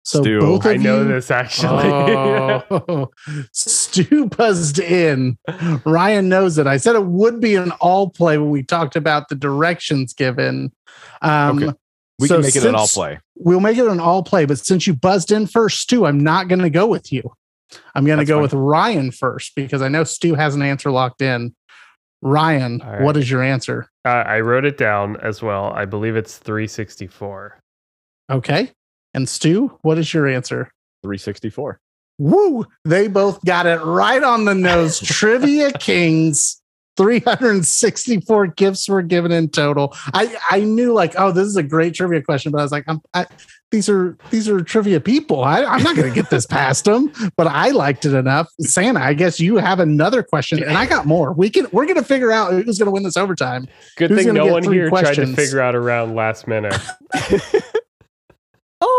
[SPEAKER 2] So
[SPEAKER 3] Stu,
[SPEAKER 2] both of
[SPEAKER 4] I know
[SPEAKER 2] you,
[SPEAKER 4] this actually.
[SPEAKER 2] Oh, Stu buzzed in. Ryan knows it. I said it would be an all play when we talked about the directions given. Um,
[SPEAKER 3] Okay. We
[SPEAKER 2] so
[SPEAKER 3] can make it an all
[SPEAKER 2] since-
[SPEAKER 3] play.
[SPEAKER 2] We'll make it an all play, but since you buzzed in first, Stu, I'm not going to go with you. I'm going to
[SPEAKER 3] That's
[SPEAKER 2] go
[SPEAKER 3] fine.
[SPEAKER 2] with Ryan first because I know Stu has an answer locked in. Ryan,
[SPEAKER 4] All right.
[SPEAKER 2] what is your answer?
[SPEAKER 4] Uh, I wrote it down as well. I believe it's 364.
[SPEAKER 2] Okay. And Stu, what is your answer?
[SPEAKER 3] 364.
[SPEAKER 2] Woo! They both got it right on the nose. Trivia Kings. 364 gifts were given in total. I I knew like, oh, this is a great trivia question, but I was like, I'm, I, these are these are trivia people. I, I'm not going to get this past them, but I liked it enough. Santa, I guess you have another question, and I got more. We can we're going to figure out who's going to win this overtime.
[SPEAKER 4] Good
[SPEAKER 2] Who's
[SPEAKER 4] thing
[SPEAKER 2] gonna
[SPEAKER 4] no
[SPEAKER 2] get
[SPEAKER 4] one
[SPEAKER 2] three
[SPEAKER 4] here tried to
[SPEAKER 2] questions?
[SPEAKER 4] figure out around last minute.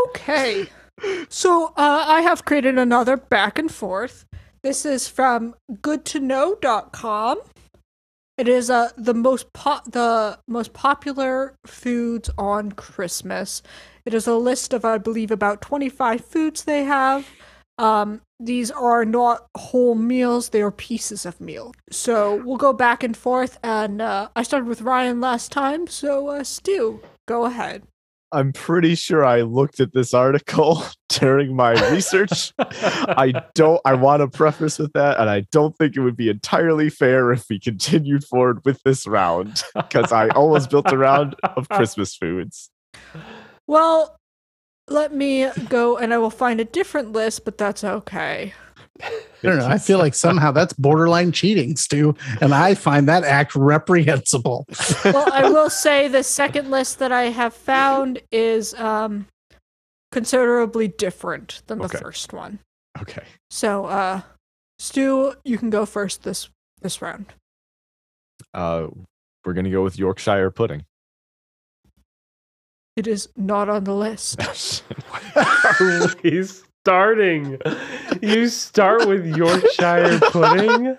[SPEAKER 1] Okay. So uh, I have created another back and forth. This is from goodtoknow.com. It is uh, the most po- the most popular foods on Christmas. It is a list of I believe about 25 foods they have. Um, these are not whole meals; they are pieces of meal. So we'll go back and forth. And uh, I started with Ryan last time, so uh, Stu, go ahead.
[SPEAKER 3] I'm pretty sure I looked at this article during my research. I don't, I want to preface with that. And I don't think it would be entirely fair if we continued forward with this round because I almost built a round of Christmas foods.
[SPEAKER 1] Well, let me go and I will find a different list, but that's okay.
[SPEAKER 2] I don't know. I feel like somehow that's borderline cheating, Stu, and I find that act reprehensible.
[SPEAKER 1] Well, I will say the second list that I have found is um, considerably different than the
[SPEAKER 3] Okay.
[SPEAKER 1] first one.
[SPEAKER 3] Okay.
[SPEAKER 1] So, uh, Stu, you can go first this this round.
[SPEAKER 3] Uh, we're going to go with Yorkshire pudding.
[SPEAKER 1] It is not on the list.
[SPEAKER 4] He's starting. You start with Yorkshire pudding.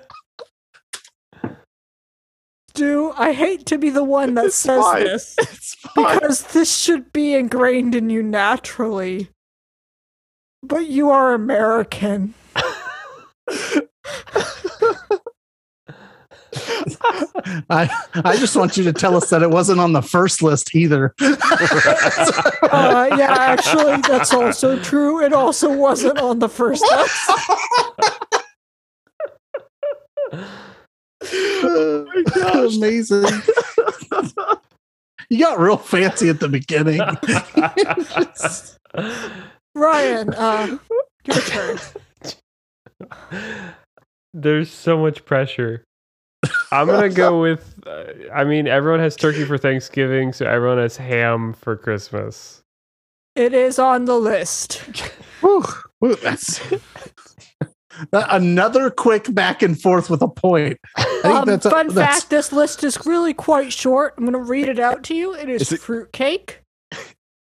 [SPEAKER 1] Stu, I hate to be the one that
[SPEAKER 3] It's
[SPEAKER 1] says
[SPEAKER 3] fine.
[SPEAKER 1] this
[SPEAKER 3] it's fine.
[SPEAKER 1] because this should be ingrained in you naturally. But you are American.
[SPEAKER 2] I I just want you to tell us that it wasn't on the first list either.
[SPEAKER 1] Uh, yeah, actually, that's also true. It also wasn't on the first list.
[SPEAKER 3] Oh my gosh.
[SPEAKER 2] Amazing. you got real fancy at the beginning.
[SPEAKER 1] Ryan, uh, your turn.
[SPEAKER 4] There's so much pressure. I'm gonna go with. Uh, I mean, everyone has turkey for Thanksgiving, so everyone has ham for Christmas.
[SPEAKER 1] It is on the list.
[SPEAKER 2] Whew. Whew, that's another quick back and forth with a point. I think
[SPEAKER 1] Um,
[SPEAKER 2] that's a-
[SPEAKER 1] fun
[SPEAKER 2] that's-
[SPEAKER 1] fact this list is really quite short. I'm going to read it out to you. It is,
[SPEAKER 3] Is it-
[SPEAKER 1] fruitcake,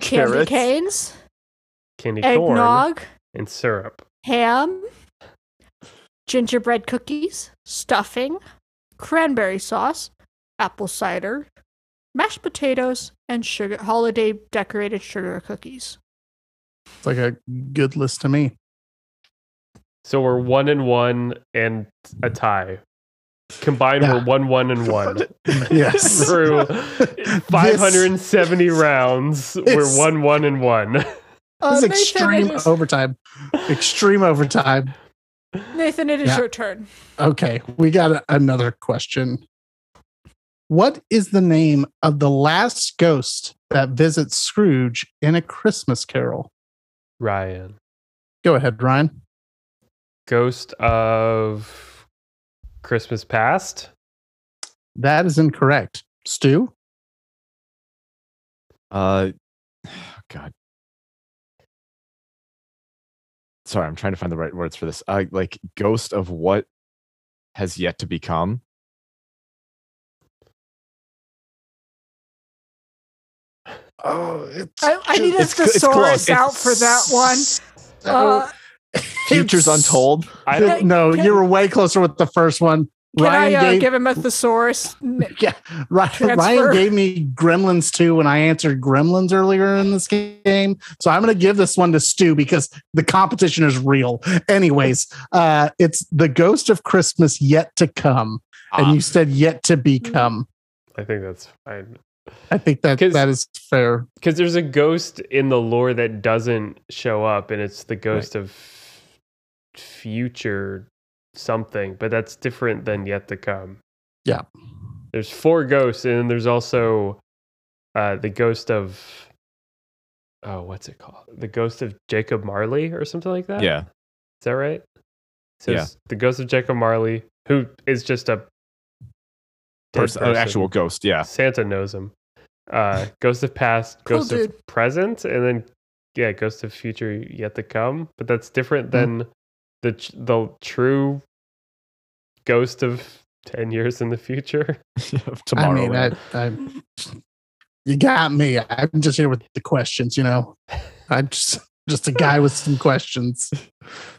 [SPEAKER 1] candy
[SPEAKER 3] Carrots.
[SPEAKER 1] canes,
[SPEAKER 4] Candy corn
[SPEAKER 1] eggnog,
[SPEAKER 4] and syrup.
[SPEAKER 1] ham, gingerbread cookies, stuffing, cranberry sauce, apple cider, mashed potatoes, and sugar holiday decorated sugar cookies.
[SPEAKER 2] It's like a good list to me.
[SPEAKER 4] So we're one and one and a tie. Combined,
[SPEAKER 2] Yeah.
[SPEAKER 4] we're one, one, and one.
[SPEAKER 2] Yes.
[SPEAKER 4] Through 570 rounds,
[SPEAKER 2] This-
[SPEAKER 4] we're one, one, and one.
[SPEAKER 1] Uh,
[SPEAKER 2] this is
[SPEAKER 1] Nathan, it
[SPEAKER 2] extreme
[SPEAKER 1] is-
[SPEAKER 2] overtime. Extreme overtime.
[SPEAKER 1] Nathan, it is
[SPEAKER 2] Yeah.
[SPEAKER 1] your turn.
[SPEAKER 2] Okay, we got a- another question. What is the name of the last ghost that visits Scrooge in A Christmas Carol?
[SPEAKER 4] Ryan.
[SPEAKER 2] Go ahead, Ryan.
[SPEAKER 4] Ghost of Christmas Past.
[SPEAKER 2] That is incorrect. Stu?
[SPEAKER 3] Uh, God. Sorry, I'm trying to find the right words for this. Uh, like ghost of what has yet to become.
[SPEAKER 2] Oh, it's
[SPEAKER 1] I, I need a
[SPEAKER 3] It's cl- it's
[SPEAKER 1] thesaurus
[SPEAKER 3] close.
[SPEAKER 1] out for that one. Uh,
[SPEAKER 3] Futures Untold.
[SPEAKER 4] I
[SPEAKER 1] don't-
[SPEAKER 4] don't.
[SPEAKER 1] Can
[SPEAKER 2] no,
[SPEAKER 1] can-
[SPEAKER 2] you were way closer with the first one.
[SPEAKER 1] can
[SPEAKER 2] Ryan
[SPEAKER 1] I uh,
[SPEAKER 2] gave,
[SPEAKER 1] give him a thesaurus? N-
[SPEAKER 2] yeah, Ryan, Ryan
[SPEAKER 1] Transfer.
[SPEAKER 2] gave me Gremlins 2 when I answered Gremlins earlier in this game. So I'm going to give this one to Stu because the competition is real. Anyways, uh, it's The Ghost of Christmas Yet to Come. And
[SPEAKER 4] Ah.
[SPEAKER 2] you said yet to become.
[SPEAKER 4] I think that's fine.
[SPEAKER 2] I think that
[SPEAKER 4] 'Cause-
[SPEAKER 2] that is fair.
[SPEAKER 4] Because there's a ghost in the lore that doesn't show up, and it's the ghost of future something, but that's different than yet to come.
[SPEAKER 2] Yeah.
[SPEAKER 4] There's four ghosts, and then there's also uh, the ghost of oh, what's it called? The ghost of Jacob Marley or something like that.
[SPEAKER 3] yeah.
[SPEAKER 4] Is that right? So
[SPEAKER 3] Yeah.
[SPEAKER 4] it's the ghost of Jacob Marley, who is just a dead
[SPEAKER 3] Person, an uh, oh, actual ghost. Yeah.
[SPEAKER 4] Santa knows him. Uh, ghost of past,
[SPEAKER 1] Cool
[SPEAKER 4] ghost
[SPEAKER 1] dude.
[SPEAKER 4] of present, and then yeah, ghost of future yet to come. But that's different than
[SPEAKER 3] Mm-hmm.
[SPEAKER 4] the ch- the true ghost of ten years in the future.
[SPEAKER 3] of tomorrow.
[SPEAKER 2] I mean, I, I'm, you got me. I'm just here with the questions, you know. I'm just just a guy with some questions.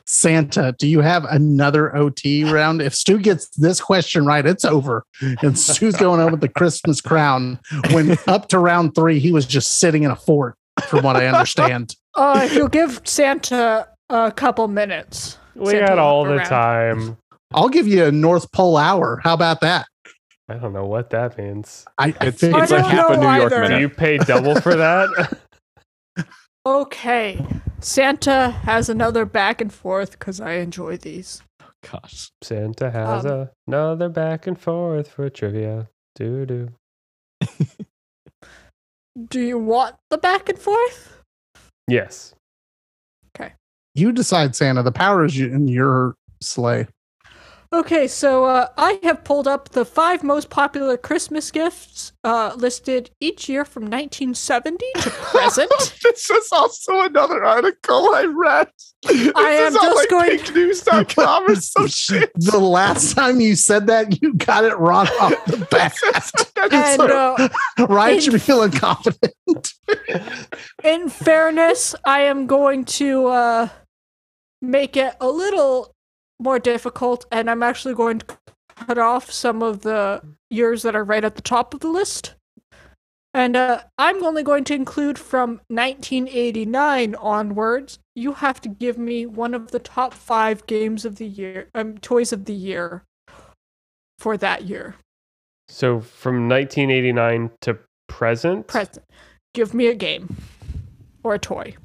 [SPEAKER 2] Santa, do you have another OT round? If Stu gets this question right, it's over. And Stu's going over the Christmas crown. When up to round three, he was just sitting in a fort, from what I understand.
[SPEAKER 1] Uh, if you'll give Santa a couple minutes.
[SPEAKER 4] We
[SPEAKER 1] Santa
[SPEAKER 4] had all
[SPEAKER 1] walk
[SPEAKER 4] the
[SPEAKER 1] around.
[SPEAKER 4] time.
[SPEAKER 2] I'll give you a North Pole hour. How about that?
[SPEAKER 4] I don't know what that means.
[SPEAKER 2] I, I
[SPEAKER 3] it's
[SPEAKER 2] figured
[SPEAKER 3] it's
[SPEAKER 1] I don't
[SPEAKER 3] like half a
[SPEAKER 1] know
[SPEAKER 3] New York
[SPEAKER 1] either.
[SPEAKER 4] Do
[SPEAKER 3] minute.
[SPEAKER 4] you pay double for that?
[SPEAKER 1] Okay. Santa has another back and forth because I enjoy these.
[SPEAKER 3] Gosh.
[SPEAKER 4] Santa has
[SPEAKER 1] Um,
[SPEAKER 4] another back and forth for trivia. Doo doo.
[SPEAKER 1] Do you want the back and forth?
[SPEAKER 4] Yes.
[SPEAKER 2] you decide, Santa. The power is you- in your sleigh.
[SPEAKER 1] Okay, so uh, I have pulled up the five most popular Christmas gifts uh, listed each year from 1970 to present.
[SPEAKER 3] this is also another article I read.
[SPEAKER 1] I am just going-
[SPEAKER 3] fakenews.com or some shit.
[SPEAKER 2] The last time you said that, you got it wrong off the bat.
[SPEAKER 1] and uh,
[SPEAKER 2] Ryan should be feeling confident.
[SPEAKER 1] in fairness, I am going to uh, make it a little more difficult, and I'm actually going to cut off some of the years that are right at the top of the list. And uh, I'm only going to include from 1989 onwards. You have to give me one of the top five games of the year, um, toys of the year for that year.
[SPEAKER 4] So from 1989 to present,
[SPEAKER 1] Present. Give me a game or a toy.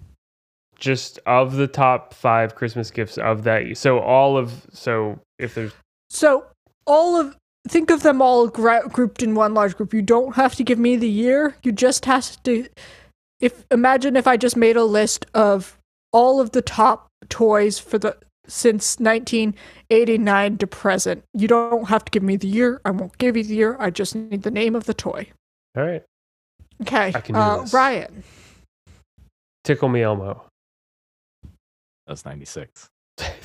[SPEAKER 4] just of the top five Christmas gifts of that. year. So all of so if there's
[SPEAKER 1] So all of think of them all gra- grouped in one large group. You don't have to give me the year. You just have to. If imagine if I just made a list of all of the top toys for the since 1989 to present. You don't have to give me the year. I won't give you the year. I just need the name of the toy.
[SPEAKER 4] all right,
[SPEAKER 1] Okay.
[SPEAKER 4] I can do
[SPEAKER 1] uh,
[SPEAKER 4] this.
[SPEAKER 1] Ryan.
[SPEAKER 4] tickle me Elmo.
[SPEAKER 3] That's 96.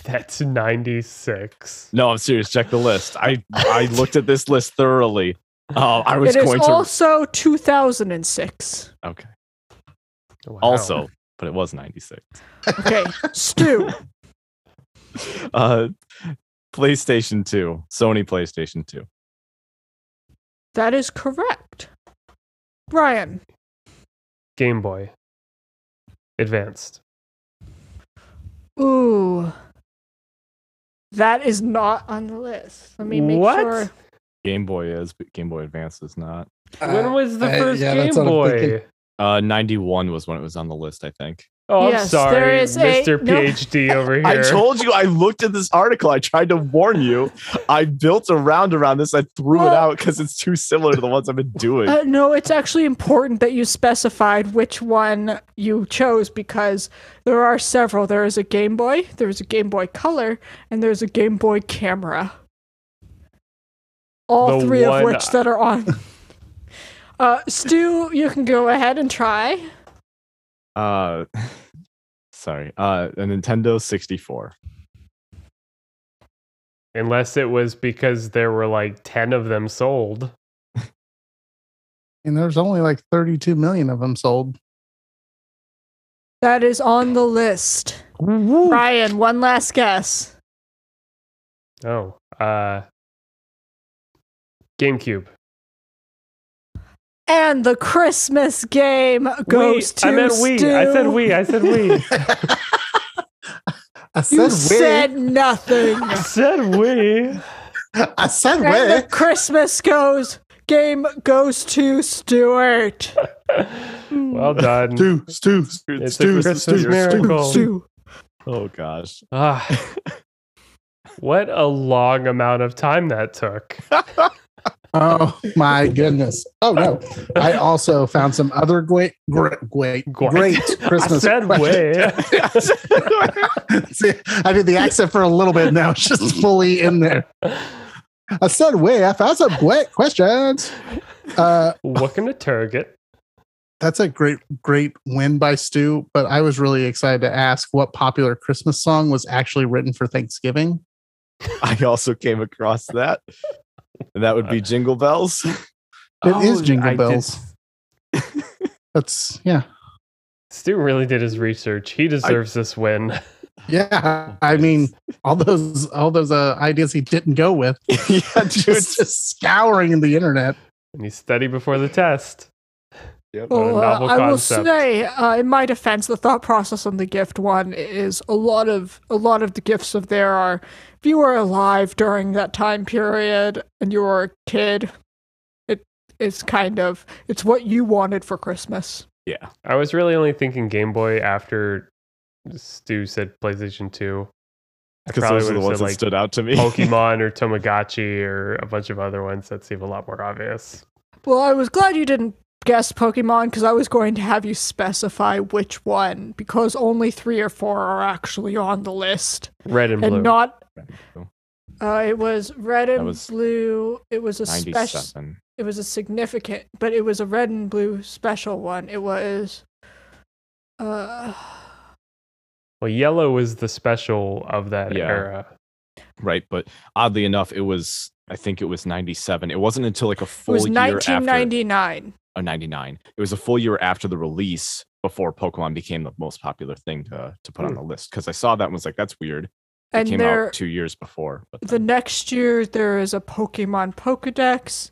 [SPEAKER 4] That's 96.
[SPEAKER 3] No, I'm serious. Check the list. I, I looked at this list thoroughly. Uh, I was
[SPEAKER 1] It is
[SPEAKER 3] going to.
[SPEAKER 1] also 2006.
[SPEAKER 3] Okay.
[SPEAKER 4] Wow.
[SPEAKER 3] Also, but it was 96.
[SPEAKER 1] Okay, Stu.
[SPEAKER 3] Uh, PlayStation 2, Sony PlayStation 2.
[SPEAKER 1] That is correct. Ryan.
[SPEAKER 4] Game Boy Advanced.
[SPEAKER 1] Ooh. That is not on the list. Let me make
[SPEAKER 4] What?
[SPEAKER 1] sure.
[SPEAKER 3] Game Boy is, but Game Boy Advance is not.
[SPEAKER 4] when was the
[SPEAKER 2] Uh, I-
[SPEAKER 4] first
[SPEAKER 2] yeah, that's
[SPEAKER 4] Game
[SPEAKER 2] what I'm
[SPEAKER 4] Boy?
[SPEAKER 2] thinking.
[SPEAKER 3] Uh, 91 was when it was on the list, I think.
[SPEAKER 4] Oh, I'm
[SPEAKER 1] Yes, there
[SPEAKER 4] sorry,
[SPEAKER 1] is a-
[SPEAKER 4] Mr.
[SPEAKER 1] no.
[SPEAKER 4] PhD over here.
[SPEAKER 3] I told you I looked at this article. I tried to warn you. I built around around this. I threw it
[SPEAKER 1] Well-
[SPEAKER 3] out because it's too similar to the ones I've been doing.
[SPEAKER 1] Uh, no, it's actually important that you specified which one you chose because there are several. There is a Game Boy, there is a Game Boy Color, and there's a Game Boy Camera. All
[SPEAKER 4] The
[SPEAKER 1] three
[SPEAKER 4] one-
[SPEAKER 1] of which that are on. uh, Stu, you can go ahead and try.
[SPEAKER 3] Uh, sorry. Uh, a Nintendo 64.
[SPEAKER 4] Unless it was because there were like 10 of them sold.
[SPEAKER 2] And there's only like 32 million of them sold.
[SPEAKER 1] That is on the list. Ryan, one last guess.
[SPEAKER 4] Oh, uh, GameCube.
[SPEAKER 1] And the Christmas game goes to
[SPEAKER 4] I meant we. I said
[SPEAKER 1] Stu.
[SPEAKER 4] we. I said we.
[SPEAKER 2] I
[SPEAKER 1] You
[SPEAKER 2] said,
[SPEAKER 1] said nothing.
[SPEAKER 4] I said we.
[SPEAKER 2] where? I said
[SPEAKER 1] And
[SPEAKER 2] where?
[SPEAKER 1] the Christmas goes game goes to Stuart.
[SPEAKER 4] Well done.
[SPEAKER 2] Stu, Stu,
[SPEAKER 4] It's a
[SPEAKER 2] Stu,
[SPEAKER 4] Christmas
[SPEAKER 2] Stu, Stu,
[SPEAKER 4] miracle.
[SPEAKER 1] Stu.
[SPEAKER 2] Stu.
[SPEAKER 3] Oh gosh.
[SPEAKER 4] Ah. what a long amount of time that took.
[SPEAKER 2] Oh my goodness. Oh no. I also found some other great, great, great,
[SPEAKER 4] Great.
[SPEAKER 2] great Christmas.
[SPEAKER 4] I said
[SPEAKER 2] questions.
[SPEAKER 4] way.
[SPEAKER 2] See, I did the accent for a little bit now. It's just fully in there. I said way. I found some great questions. Uh,
[SPEAKER 4] Looking to target.
[SPEAKER 2] that's a great, great win by Stu. But I was really excited to ask what popular Christmas song was actually written for Thanksgiving.
[SPEAKER 3] I also came across that. And that would be Jingle Bells.
[SPEAKER 2] It is
[SPEAKER 4] Oh,
[SPEAKER 2] Jingle
[SPEAKER 4] I did-
[SPEAKER 2] Bells. That's yeah,
[SPEAKER 4] Stu really did his research. He deserves this win.
[SPEAKER 2] yeah. I mean, all those, all those uh, ideas he didn't go with.
[SPEAKER 3] yeah, dude.
[SPEAKER 2] Just, just scouring the internet.
[SPEAKER 4] And he studied before the test.
[SPEAKER 3] Yep.
[SPEAKER 4] What a
[SPEAKER 1] Well, uh,
[SPEAKER 4] novel
[SPEAKER 1] I will
[SPEAKER 4] concept.
[SPEAKER 1] say, uh, in my defense, the thought process on the gift one is a lot of a lot of the gifts of there are. If you were alive during that time period and you were a kid, it is kind of it's what you wanted for Christmas.
[SPEAKER 3] yeah.
[SPEAKER 4] I was really only thinking Game Boy after Stu said PlayStation 2. I
[SPEAKER 3] Because
[SPEAKER 4] probably
[SPEAKER 3] those are
[SPEAKER 4] would have
[SPEAKER 3] the ones
[SPEAKER 4] said
[SPEAKER 3] that
[SPEAKER 4] like
[SPEAKER 3] stood out to me.
[SPEAKER 4] Pokemon or Tomogachi or a bunch of other ones that seem a lot more obvious.
[SPEAKER 1] Well, I was glad you didn't guess Pokemon because I was going to have you specify which one because only three or four are actually on the list
[SPEAKER 4] Red and blue.
[SPEAKER 1] and not.
[SPEAKER 3] blue.
[SPEAKER 1] Uh, it was red and
[SPEAKER 3] was
[SPEAKER 1] blue. It was a special.
[SPEAKER 3] 97.
[SPEAKER 1] It was a significant, but it was a red and blue special one. It was. Uh,
[SPEAKER 4] well, yellow was the special of that
[SPEAKER 3] Yeah.
[SPEAKER 4] era.
[SPEAKER 3] Right. But oddly enough, it was, I think it was 97. It wasn't until like a
[SPEAKER 1] it
[SPEAKER 3] full
[SPEAKER 1] was
[SPEAKER 3] year after.
[SPEAKER 1] 1999.
[SPEAKER 3] or 99. It was a full year after the release before Pokemon became the most popular thing to, to put on
[SPEAKER 4] Hmm.
[SPEAKER 3] the list because I saw that and was like, that's weird. It
[SPEAKER 1] And
[SPEAKER 3] came
[SPEAKER 1] there-
[SPEAKER 3] out two years before. But
[SPEAKER 1] the next year there is a Pokemon Pokedex.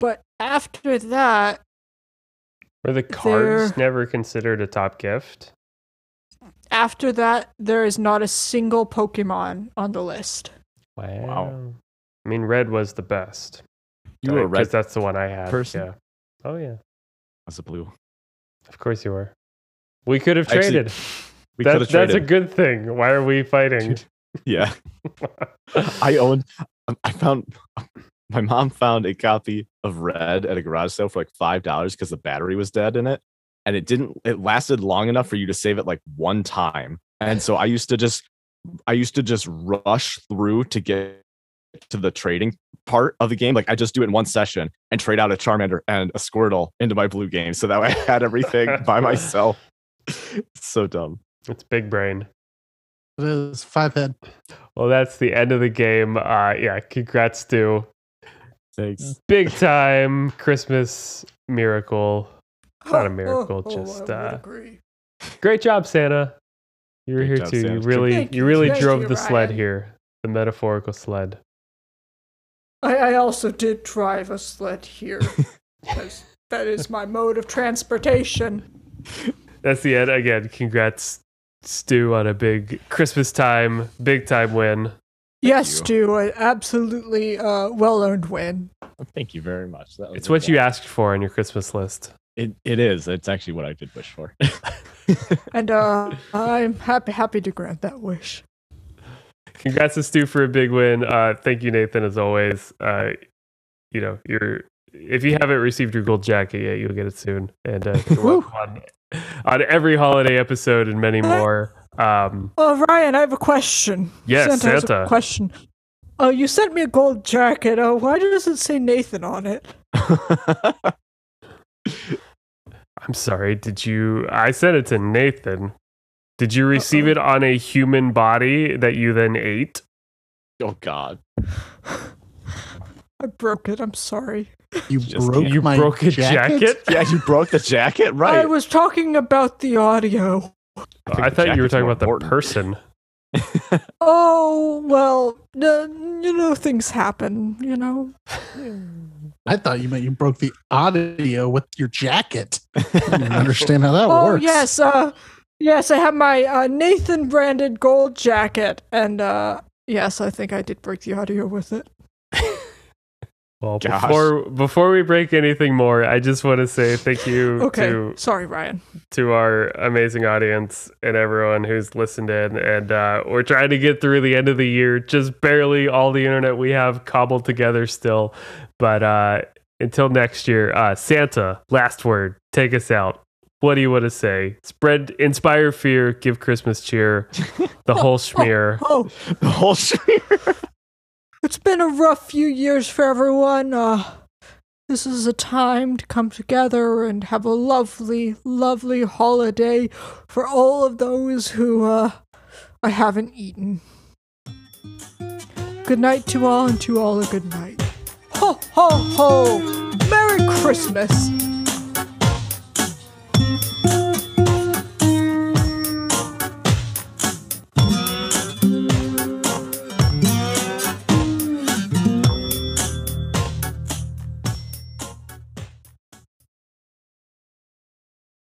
[SPEAKER 1] But after that,
[SPEAKER 4] Were the cards
[SPEAKER 1] There-
[SPEAKER 4] never considered a top gift?
[SPEAKER 1] after that, there is not a single Pokemon on the list.
[SPEAKER 4] Wow. I mean, red was the best.
[SPEAKER 3] you were a
[SPEAKER 4] Because
[SPEAKER 3] red
[SPEAKER 4] that's the one I had.
[SPEAKER 3] person?
[SPEAKER 4] Yeah. Oh, yeah.
[SPEAKER 3] as a blue.
[SPEAKER 4] Of course you were. We could have
[SPEAKER 3] Actually,
[SPEAKER 4] traded.
[SPEAKER 3] We
[SPEAKER 4] That-
[SPEAKER 3] could have
[SPEAKER 4] that's
[SPEAKER 3] traded.
[SPEAKER 4] a good thing. Why are we fighting?
[SPEAKER 3] yeah. I owned, um, I found, my mom found a copy of Red at a garage sale for like $5 because the battery was dead in it. And it didn't, it lasted long enough for you to save it like one time. And so I used to just, I used to just rush through to get to the trading part of the game. Like I just do it in one session and trade out a Charmander and a Squirtle into my blue game. So that way I had everything by myself. so dumb.
[SPEAKER 4] It's big brain.
[SPEAKER 2] It is five head.
[SPEAKER 4] Well, that's the end of the game. Uh, yeah, congrats, Stu.
[SPEAKER 3] Thanks.
[SPEAKER 4] Big time Christmas miracle. Not a miracle, just,
[SPEAKER 1] Oh, I would
[SPEAKER 4] uh,
[SPEAKER 1] agree.
[SPEAKER 4] Great job, Santa. You were
[SPEAKER 3] Great
[SPEAKER 4] here
[SPEAKER 3] job,
[SPEAKER 4] too. You
[SPEAKER 3] Santa.
[SPEAKER 4] really,
[SPEAKER 1] Thank
[SPEAKER 4] you
[SPEAKER 1] you.
[SPEAKER 4] really
[SPEAKER 1] Thank
[SPEAKER 4] drove
[SPEAKER 1] you,
[SPEAKER 4] the sled
[SPEAKER 1] Ryan.
[SPEAKER 4] here, the metaphorical sled.
[SPEAKER 1] I, I also did drive a sled here. 'cause that is my mode of transportation.
[SPEAKER 4] That's the end. Again, congrats, Stu, on a big Christmas time, big time win.
[SPEAKER 1] yes,
[SPEAKER 3] you.
[SPEAKER 1] Stu, an absolutely uh, well earned win.
[SPEAKER 3] Thank you very much. That was
[SPEAKER 4] It's
[SPEAKER 3] a
[SPEAKER 4] what
[SPEAKER 3] lot.
[SPEAKER 4] you asked for on your Christmas list.
[SPEAKER 3] It, it is. It's actually what I did wish for.
[SPEAKER 1] and uh, I'm happy, happy to grant that wish.
[SPEAKER 4] Congrats to Stu for a big win. Uh, thank you, Nathan, as always. Uh, you know, you're if you haven't received your gold jacket yet, you'll get it soon. And uh, you're welcome on, on every holiday episode and many more. Um,
[SPEAKER 1] Oh, Ryan, I have a question.
[SPEAKER 4] Yes,
[SPEAKER 1] Santa. has a
[SPEAKER 4] Santa.
[SPEAKER 1] question. Oh, you sent me a gold jacket. Oh, why does it say Nathan on it?
[SPEAKER 4] I'm sorry. Did you? I sent it to Nathan. Did you receive it on a human body that you then ate?
[SPEAKER 3] oh God.
[SPEAKER 1] I broke it. I'm sorry.
[SPEAKER 2] You
[SPEAKER 3] Just
[SPEAKER 2] broke
[SPEAKER 4] You
[SPEAKER 2] my
[SPEAKER 4] broke a
[SPEAKER 2] jacket?
[SPEAKER 4] jacket.
[SPEAKER 3] Yeah, you broke the jacket, right?
[SPEAKER 1] I was talking about the audio.
[SPEAKER 3] think
[SPEAKER 4] I
[SPEAKER 3] the
[SPEAKER 4] thought you were
[SPEAKER 3] jacket's
[SPEAKER 4] talking
[SPEAKER 3] more
[SPEAKER 4] about the
[SPEAKER 3] important.
[SPEAKER 4] person.
[SPEAKER 1] Oh, well, n- you know, things happen, you know?
[SPEAKER 2] I thought you meant you broke the audio with your jacket. I don't even understand how that
[SPEAKER 1] oh,
[SPEAKER 2] works.
[SPEAKER 1] yes. Uh, yes, I have my uh, Nathan branded gold jacket. And uh, yes, I think I did break the audio with it.
[SPEAKER 4] Well,
[SPEAKER 3] Gosh.
[SPEAKER 4] before before we break anything more, I just want to say thank you
[SPEAKER 1] Okay.
[SPEAKER 4] to
[SPEAKER 1] Sorry, Ryan.
[SPEAKER 4] to our amazing audience and everyone who's listened in. And uh, we're trying to get through the end of the year, just barely all the internet we have cobbled together still. But uh, until next year, uh, Santa, last word, take us out. What do you want to say? Spread, inspire fear, give Christmas cheer, the whole schmear.
[SPEAKER 1] Oh,
[SPEAKER 3] the whole street.
[SPEAKER 1] It's been a rough few years for everyone. Uh, this is a time to come together and have a lovely, lovely holiday for all of those who uh, I haven't eaten. Good night to all, and to all a good night. Ho, ho, ho! Merry Christmas!